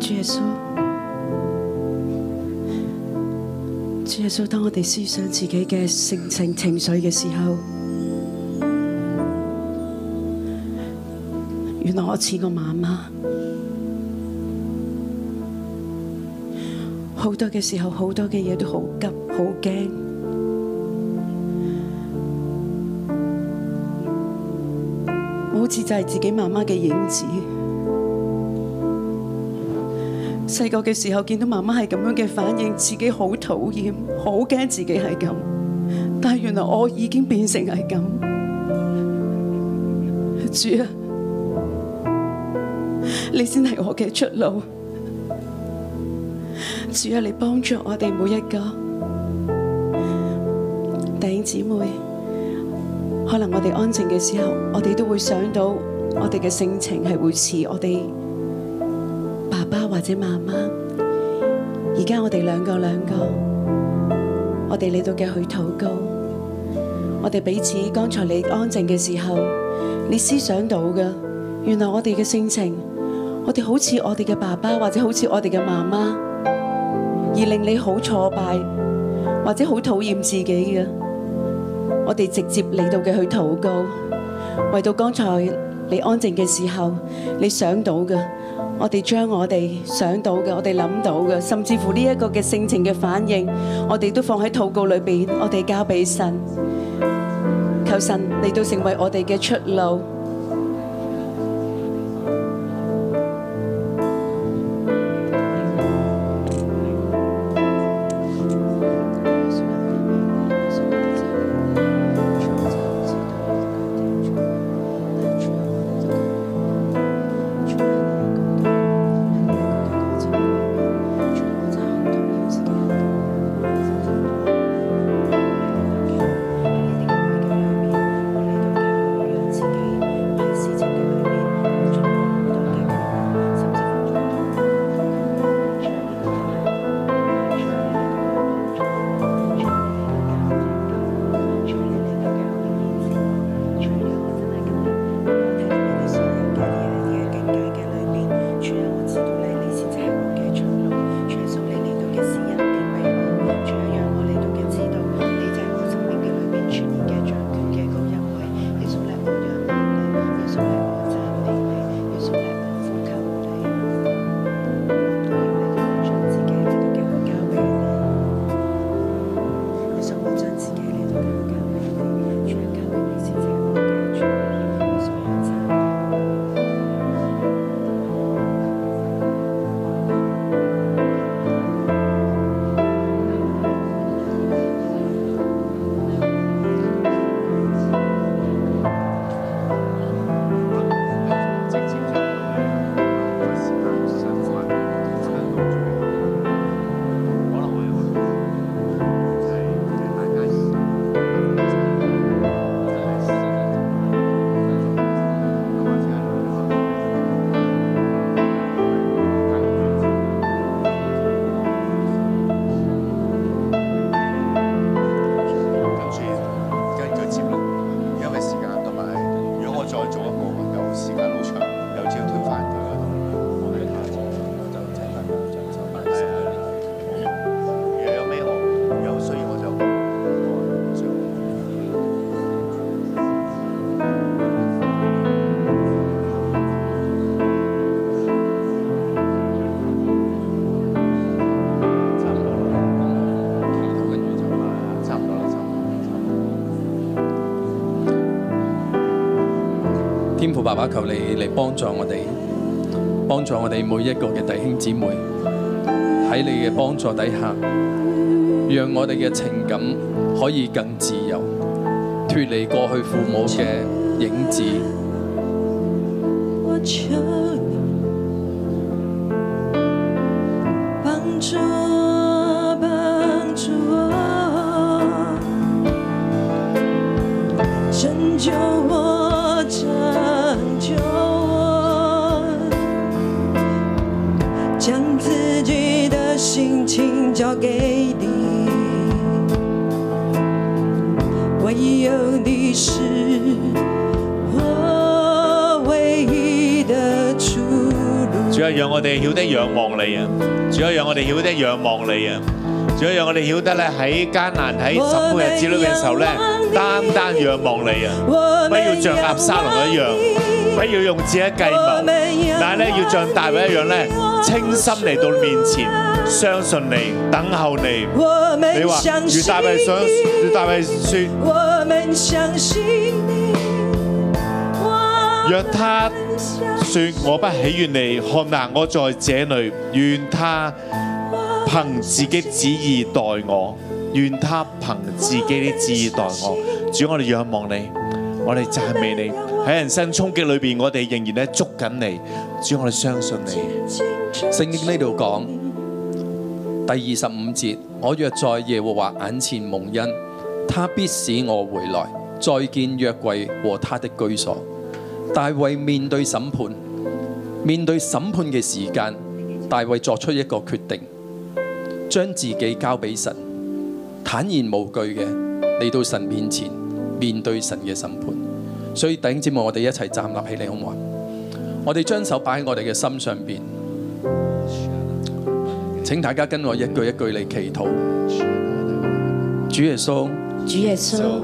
Speaker 6: 主耶穌，主耶穌，當我哋思想自己嘅性情情緒嘅時候，原來我似個媽媽，好多嘅時候，好多嘅嘢都好急，好驚。我好似就係自己媽媽嘅影子。細個嘅時候見到媽媽係咁樣嘅反應，自己好討厭，好驚自己係咁。但係原來我已經變成係咁。主啊，你先係我嘅出路。主啊，你幫助我哋每一個弟兄姊妹。可能我哋安靜嘅時候，我哋都會想到我哋嘅性情係會似我哋爸爸爸或者媽媽，而家我哋兩個兩個，我哋嚟到嘅去禱告，我哋彼此剛才你安靜嘅時候，你思想到嘅，原來我哋嘅性情，我哋好似我哋嘅爸爸或者好似我哋嘅媽媽，而令你好挫敗或者好討厭自己嘅，我哋直接嚟到嘅去禱告，為到剛才你安靜嘅時候，你想到嘅。我哋將我哋想到嘅，我哋諗到嘅，甚至乎呢一個嘅性情嘅反應，我哋都放喺禱告裏邊，我哋交俾神，求神嚟到成為我哋嘅出路。
Speaker 4: 跟住跟佢接落，因為時間同埋，如果我再做一個有時間好長，有朝挑翻佢嗰度，我哋就請大家掌手埋手。如果有咩我有需要我就我就。差唔多啦，跟住就差唔多啦，差唔多。
Speaker 7: 天父爸爸，求你嚟幫助我哋，幫助我哋每一個嘅弟兄姊妹喺你嘅幫助底下，讓我哋嘅情感可以更自由，脱離過去父母嘅影子。
Speaker 8: 我求你帮助我，帮助我，拯救我，拯救我，将自己的心情交给你，唯有你是。我唯一的出路。
Speaker 4: 主啊，讓我哋曉得仰望你啊！主啊，讓我哋曉得仰望你啊！主啊，讓我哋曉得咧喺艱難喺十苦日子裏邊嘅時候咧，單單仰望你啊！
Speaker 8: 我
Speaker 4: 不要像押沙龍一樣，不要用自己嘅計謀，但係咧要像大衛一樣咧，清心嚟到面前，相信你，等候你。
Speaker 8: 我
Speaker 4: 你
Speaker 8: 们
Speaker 4: 話
Speaker 8: 相
Speaker 4: 與
Speaker 8: 信
Speaker 4: 大衛想，與
Speaker 8: 你，
Speaker 4: 大衛説。
Speaker 8: 我们相信你。我
Speaker 4: 若他
Speaker 8: 们相信
Speaker 4: 說我不喜悦你，看哪，我在這裏，願他憑自己旨意待我，願他憑自己的旨意待我。主，我哋仰望你，我哋讚美你。喺人生衝擊裏邊，我哋仍然咧捉緊你。主，我哋相信你。
Speaker 7: 聖經呢度講第二十五節：我若在耶和華眼前蒙恩，他必使我回來，再見約櫃和他的居所。大衛面對審判，面對審判嘅時間，大衛作出一個決定，將自己交俾神，坦然無懼嘅嚟到神面前，面對神嘅審判。所以弟兄姊妹，我哋一齊站立起嚟，好唔好啊？我哋將手擺喺我哋嘅心上邊，請大家跟我一句一句嚟祈禱。主耶穌，
Speaker 6: 主耶穌，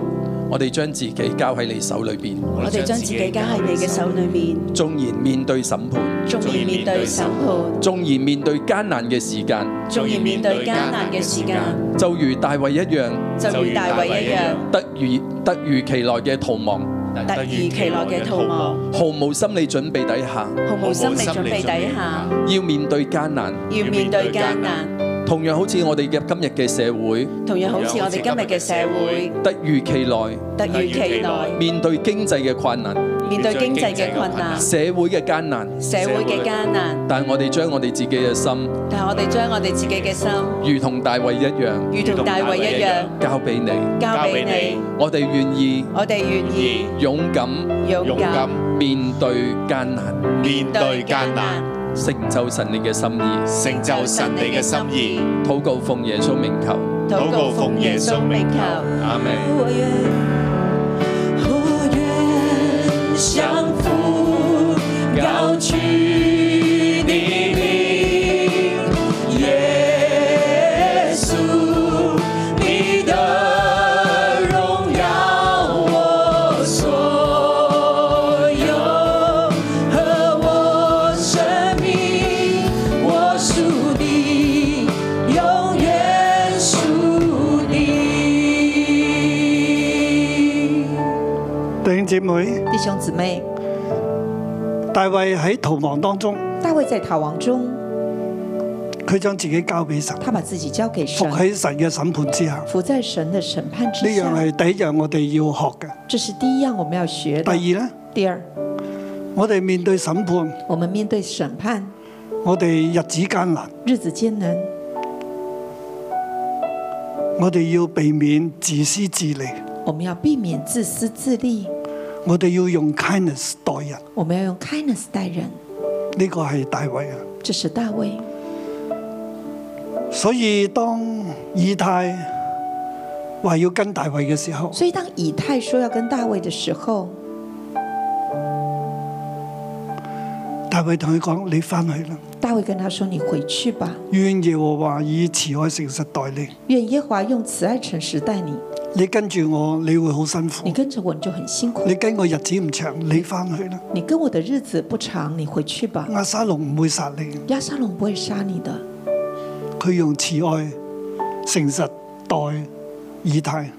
Speaker 7: 我哋將自己交喺你手裏邊，
Speaker 6: 我哋將自己交喺你嘅手裏面，
Speaker 7: 縱然面對審判，
Speaker 6: 縱然面對審判，
Speaker 7: 縱然面對艱難嘅時間，
Speaker 6: 縱然面對艱難嘅時間，
Speaker 7: 就如大衛一樣，
Speaker 6: 就如大衛一樣，
Speaker 7: 突如突如其來嘅逃亡，
Speaker 6: 突如其來嘅逃亡，
Speaker 7: 毫無心理準備底下，
Speaker 6: 毫無心理準備底下，
Speaker 7: 要面對艱難。
Speaker 6: 要面對艱難，
Speaker 7: 同樣好似我哋嘅今日嘅社會，
Speaker 6: 同樣好似我哋今日嘅社會，
Speaker 7: 突如其來
Speaker 6: 突如其來
Speaker 7: 面對經濟嘅困難、
Speaker 6: 面對經濟嘅困難、
Speaker 7: 社會嘅艱難，
Speaker 6: 社會嘅艱難，
Speaker 7: 但我哋將我哋自己嘅心，
Speaker 6: 但係我哋將我哋自己嘅心，
Speaker 7: 如同大衛一樣，
Speaker 6: 如同大衛一樣，
Speaker 7: 交俾你。
Speaker 6: 交俾你，
Speaker 7: 我哋願意
Speaker 6: 我哋願意
Speaker 7: 勇敢
Speaker 6: 勇敢
Speaker 7: 面對艱難，
Speaker 6: 面對艱難，
Speaker 7: 成就神你嘅心意。
Speaker 6: 成就神你嘅心意，
Speaker 7: 禱告奉耶穌名求，
Speaker 6: 禱告奉耶穌名求。
Speaker 7: 阿門。
Speaker 4: 我愿，我愿降服，高举你名，耶稣，你的荣耀我所有，和我生命，我属你，永远属你。
Speaker 2: 弟兄姊妹，
Speaker 3: 弟兄姊妹，
Speaker 2: 大衛喺逃亡當中，
Speaker 3: 大卫在逃亡中，
Speaker 2: 佢將自己交俾神，
Speaker 3: 他把自己交给
Speaker 2: 服
Speaker 3: 神，
Speaker 2: 喺神嘅審判之下。呢
Speaker 3: 伏在神的审判之
Speaker 2: 樣
Speaker 3: 下。
Speaker 2: 係第一樣我哋要學嘅。
Speaker 3: 这是第一样我们要学的。
Speaker 2: 第二呢，
Speaker 3: 第二，
Speaker 2: 我哋面對審判，
Speaker 3: 我们面对审判，
Speaker 2: 我哋日子艱難，
Speaker 3: 日子艰难，
Speaker 2: 我哋要避免自私自利，
Speaker 3: 我们要避免自私自利，
Speaker 2: 我哋要用 kindness 待人。
Speaker 3: 我们要用 kindness 待人。
Speaker 2: 呢個係大衛啊。
Speaker 3: 这是大卫。
Speaker 2: 所以當以太話要跟大衛嘅時候，
Speaker 3: 所以当以太说要跟大卫的时候，
Speaker 2: 大衛同佢講：你翻去啦，
Speaker 3: 大卫跟他说：“你回去吧，
Speaker 2: 願耶和華以慈愛誠實待你。
Speaker 3: 愿耶和华用慈爱诚实待你。
Speaker 2: 你跟住我，你會好辛
Speaker 3: 你
Speaker 2: 苦。
Speaker 3: 跟着我你就很辛苦
Speaker 2: 你，跟我日子唔長，你翻去啦。
Speaker 3: 你跟我的日子不长，你回去吧。
Speaker 2: 亞沙龍唔會殺你，
Speaker 3: 亚沙龙不会杀你的。”
Speaker 2: 佢用慈愛誠實待以太。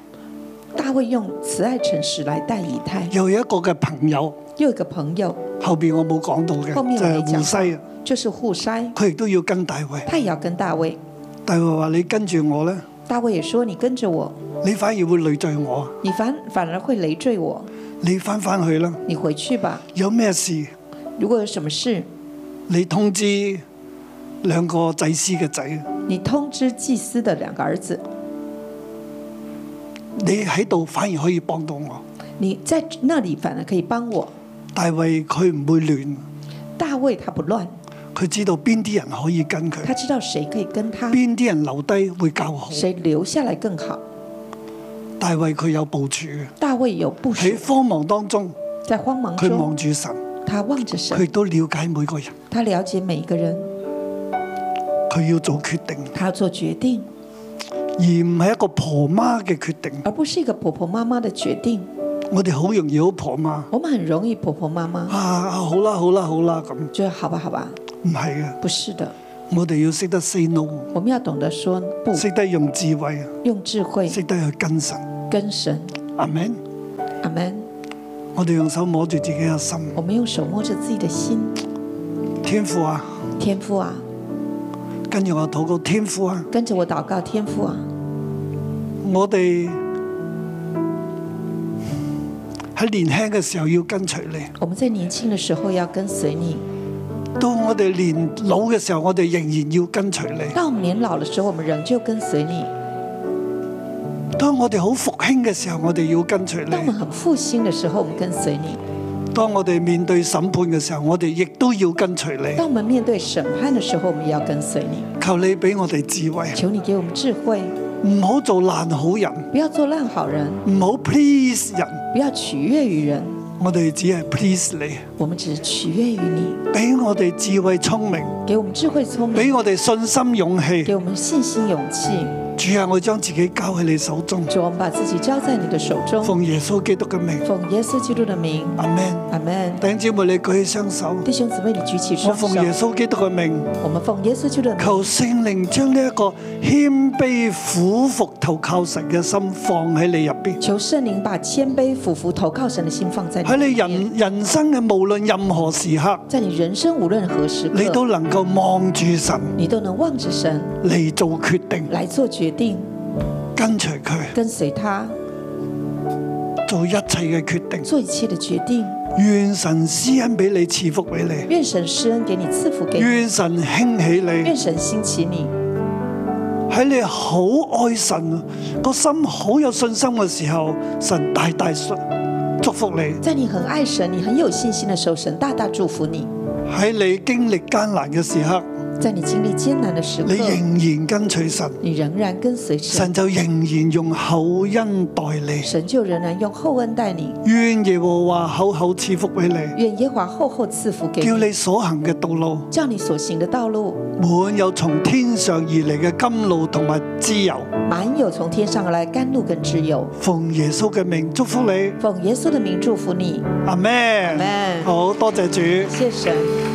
Speaker 3: 大卫用慈爱诚实来待以太。
Speaker 2: 又有一個嘅朋友，
Speaker 3: 又有一个朋友
Speaker 2: 後邊我冇講到嘅，
Speaker 3: 後面
Speaker 2: 就
Speaker 3: 我
Speaker 2: 係
Speaker 3: 哋
Speaker 2: 胡西啊，
Speaker 3: 就是互筛，
Speaker 2: 佢亦都要跟大衛。
Speaker 3: 他也要跟大卫。
Speaker 2: 大衛話：你跟住我咧，
Speaker 3: 大卫也说：“你跟着我，
Speaker 2: 你反而會累罪我，啊
Speaker 3: 你反反而会累赘我。
Speaker 2: 你翻翻去啦。
Speaker 3: 你回去吧。
Speaker 2: 有咩事？
Speaker 3: 如果有什么事，
Speaker 2: 你通知兩個祭司嘅仔，
Speaker 3: 你通知祭司的两个儿子，
Speaker 2: 你喺度反而可以幫到我。
Speaker 3: 你在那里反而可以帮我。
Speaker 2: 大衛佢唔會亂，
Speaker 3: 大卫他不乱，
Speaker 2: 佢知道邊啲人可以跟佢
Speaker 3: 他，知道谁可以跟他，
Speaker 2: 邊啲人留低會較好。
Speaker 3: 谁留下来更好。
Speaker 2: 大衛佢有部署嘅，
Speaker 3: 大卫有部署
Speaker 2: 喺，慌忙當中，
Speaker 3: 在慌忙
Speaker 2: 佢望
Speaker 3: 中，
Speaker 2: 住神，
Speaker 3: 他望着
Speaker 2: 佢亦
Speaker 3: 神，
Speaker 2: 都了解每個人，
Speaker 3: 他了解每一个人，
Speaker 2: 佢要做決定，
Speaker 3: 他要做决定，
Speaker 2: 而唔係一個婆媽嘅決定。
Speaker 3: 而不是一个婆婆妈妈的决定。
Speaker 2: 我哋好容易好婆媽
Speaker 3: 我们很容易婆婆妈妈，
Speaker 2: 啊，好啦好啦好啦咁，
Speaker 3: 觉得好吧好吧，
Speaker 2: 唔係嘅，
Speaker 3: 不是的，
Speaker 2: 我哋要識得 say no，
Speaker 3: 我们要懂得说不，
Speaker 2: 識得用智慧，
Speaker 3: 用智慧
Speaker 2: 識得去跟神。
Speaker 3: 跟神。
Speaker 2: 阿 Man。
Speaker 3: 阿门。
Speaker 2: 我哋用手摸住自己嘅心，
Speaker 3: 我们用手摸着自己的心，
Speaker 2: 天父啊，
Speaker 3: 天父啊，
Speaker 2: 跟住我禱告，天父啊，
Speaker 3: 跟着我祷告，天父啊，
Speaker 2: 我哋喺年輕嘅時候要跟隨你，
Speaker 3: 我们在年轻的时候要跟随你，
Speaker 2: 到我哋年老嘅時候，我哋仍然要跟隨你。
Speaker 3: 到我们年老的时候，我们仍旧跟随你；
Speaker 2: 當我哋好復興嘅時候，我哋要跟隨
Speaker 3: 当我们
Speaker 2: 你。
Speaker 3: 很复兴的时候，我们跟随你；
Speaker 2: 當我哋面對審判嘅時候，我哋亦都要跟隨你。
Speaker 3: 当我们面对审判的时候，我们也要跟随你。
Speaker 2: 求你俾我哋智慧，
Speaker 3: 求你给我们智慧，
Speaker 2: 唔好做爛好人，
Speaker 3: 不要做烂好人，
Speaker 2: 唔好 please 人。
Speaker 3: 不要取悦于人，
Speaker 2: 我哋只係 please 你，
Speaker 3: 我们只取悦于你。
Speaker 2: 俾我哋智慧聰明，
Speaker 3: 给我们智慧聪
Speaker 2: 俾
Speaker 3: 明，
Speaker 2: 我哋信心勇氣。
Speaker 3: 给我们信心勇气。
Speaker 2: 主啊，我將自己交喺你手中，
Speaker 3: 主，啊我们把自己交在你的手中，
Speaker 2: 奉耶穌基督嘅名，
Speaker 3: 奉耶稣基督的名，
Speaker 2: 阿 Man。
Speaker 3: 阿门。
Speaker 2: 弟兄姊妹，你舉起雙手，
Speaker 3: 弟兄姊妹，你举起
Speaker 2: 我
Speaker 3: 双手
Speaker 2: 奉，耶穌基督嘅名。
Speaker 3: 我们奉耶稣基督的名，
Speaker 2: 求聖靈將呢一個謙卑苦服投靠神嘅心放喺你入邊，
Speaker 3: 求圣灵把谦卑、俯伏、投靠神的心放在你
Speaker 2: 喺你
Speaker 3: 里面
Speaker 2: 人人生嘅無論任何時刻，
Speaker 3: 在你人生无论何时刻，
Speaker 2: 你都能夠望住神
Speaker 3: 你都能望着神
Speaker 2: 嚟做決定，
Speaker 3: 来做决定，
Speaker 2: 跟隨佢
Speaker 3: 跟随他
Speaker 2: 做一切嘅決定。
Speaker 3: 做一切的决定。
Speaker 2: 願神施恩俾你，賜福俾你，
Speaker 3: 愿神施恩给你，赐福给你。
Speaker 2: 願神興起
Speaker 3: 愿
Speaker 2: 你，
Speaker 3: 神兴起你，
Speaker 2: 喺你好愛神個心好有信心嘅時候，神大大祝福你。
Speaker 3: 在你很爱神、你很有信心的时候，神大大祝福你。
Speaker 2: 喺你經歷艱難嘅時刻，
Speaker 3: 在你经历艰难的时刻
Speaker 2: 你，仍然跟隨神。
Speaker 3: 你仍然跟随神
Speaker 2: 神，就仍然用厚恩待你。
Speaker 3: 神就仍然用厚恩待你。
Speaker 2: 愿耶和华厚厚赐福俾你，
Speaker 3: 愿耶和华厚厚赐福给
Speaker 2: 叫
Speaker 3: 你，
Speaker 2: 你所行嘅道路
Speaker 3: 叫你所行的道路
Speaker 2: 满有從天上而嚟嘅甘露同埋滋油。
Speaker 3: 满有从天上而来甘露跟之友。
Speaker 2: 奉耶穌嘅名祝福你，
Speaker 3: 奉耶稣的名祝福你，
Speaker 2: 阿咩？
Speaker 3: Amen
Speaker 2: 好多謝主。
Speaker 3: 谢神。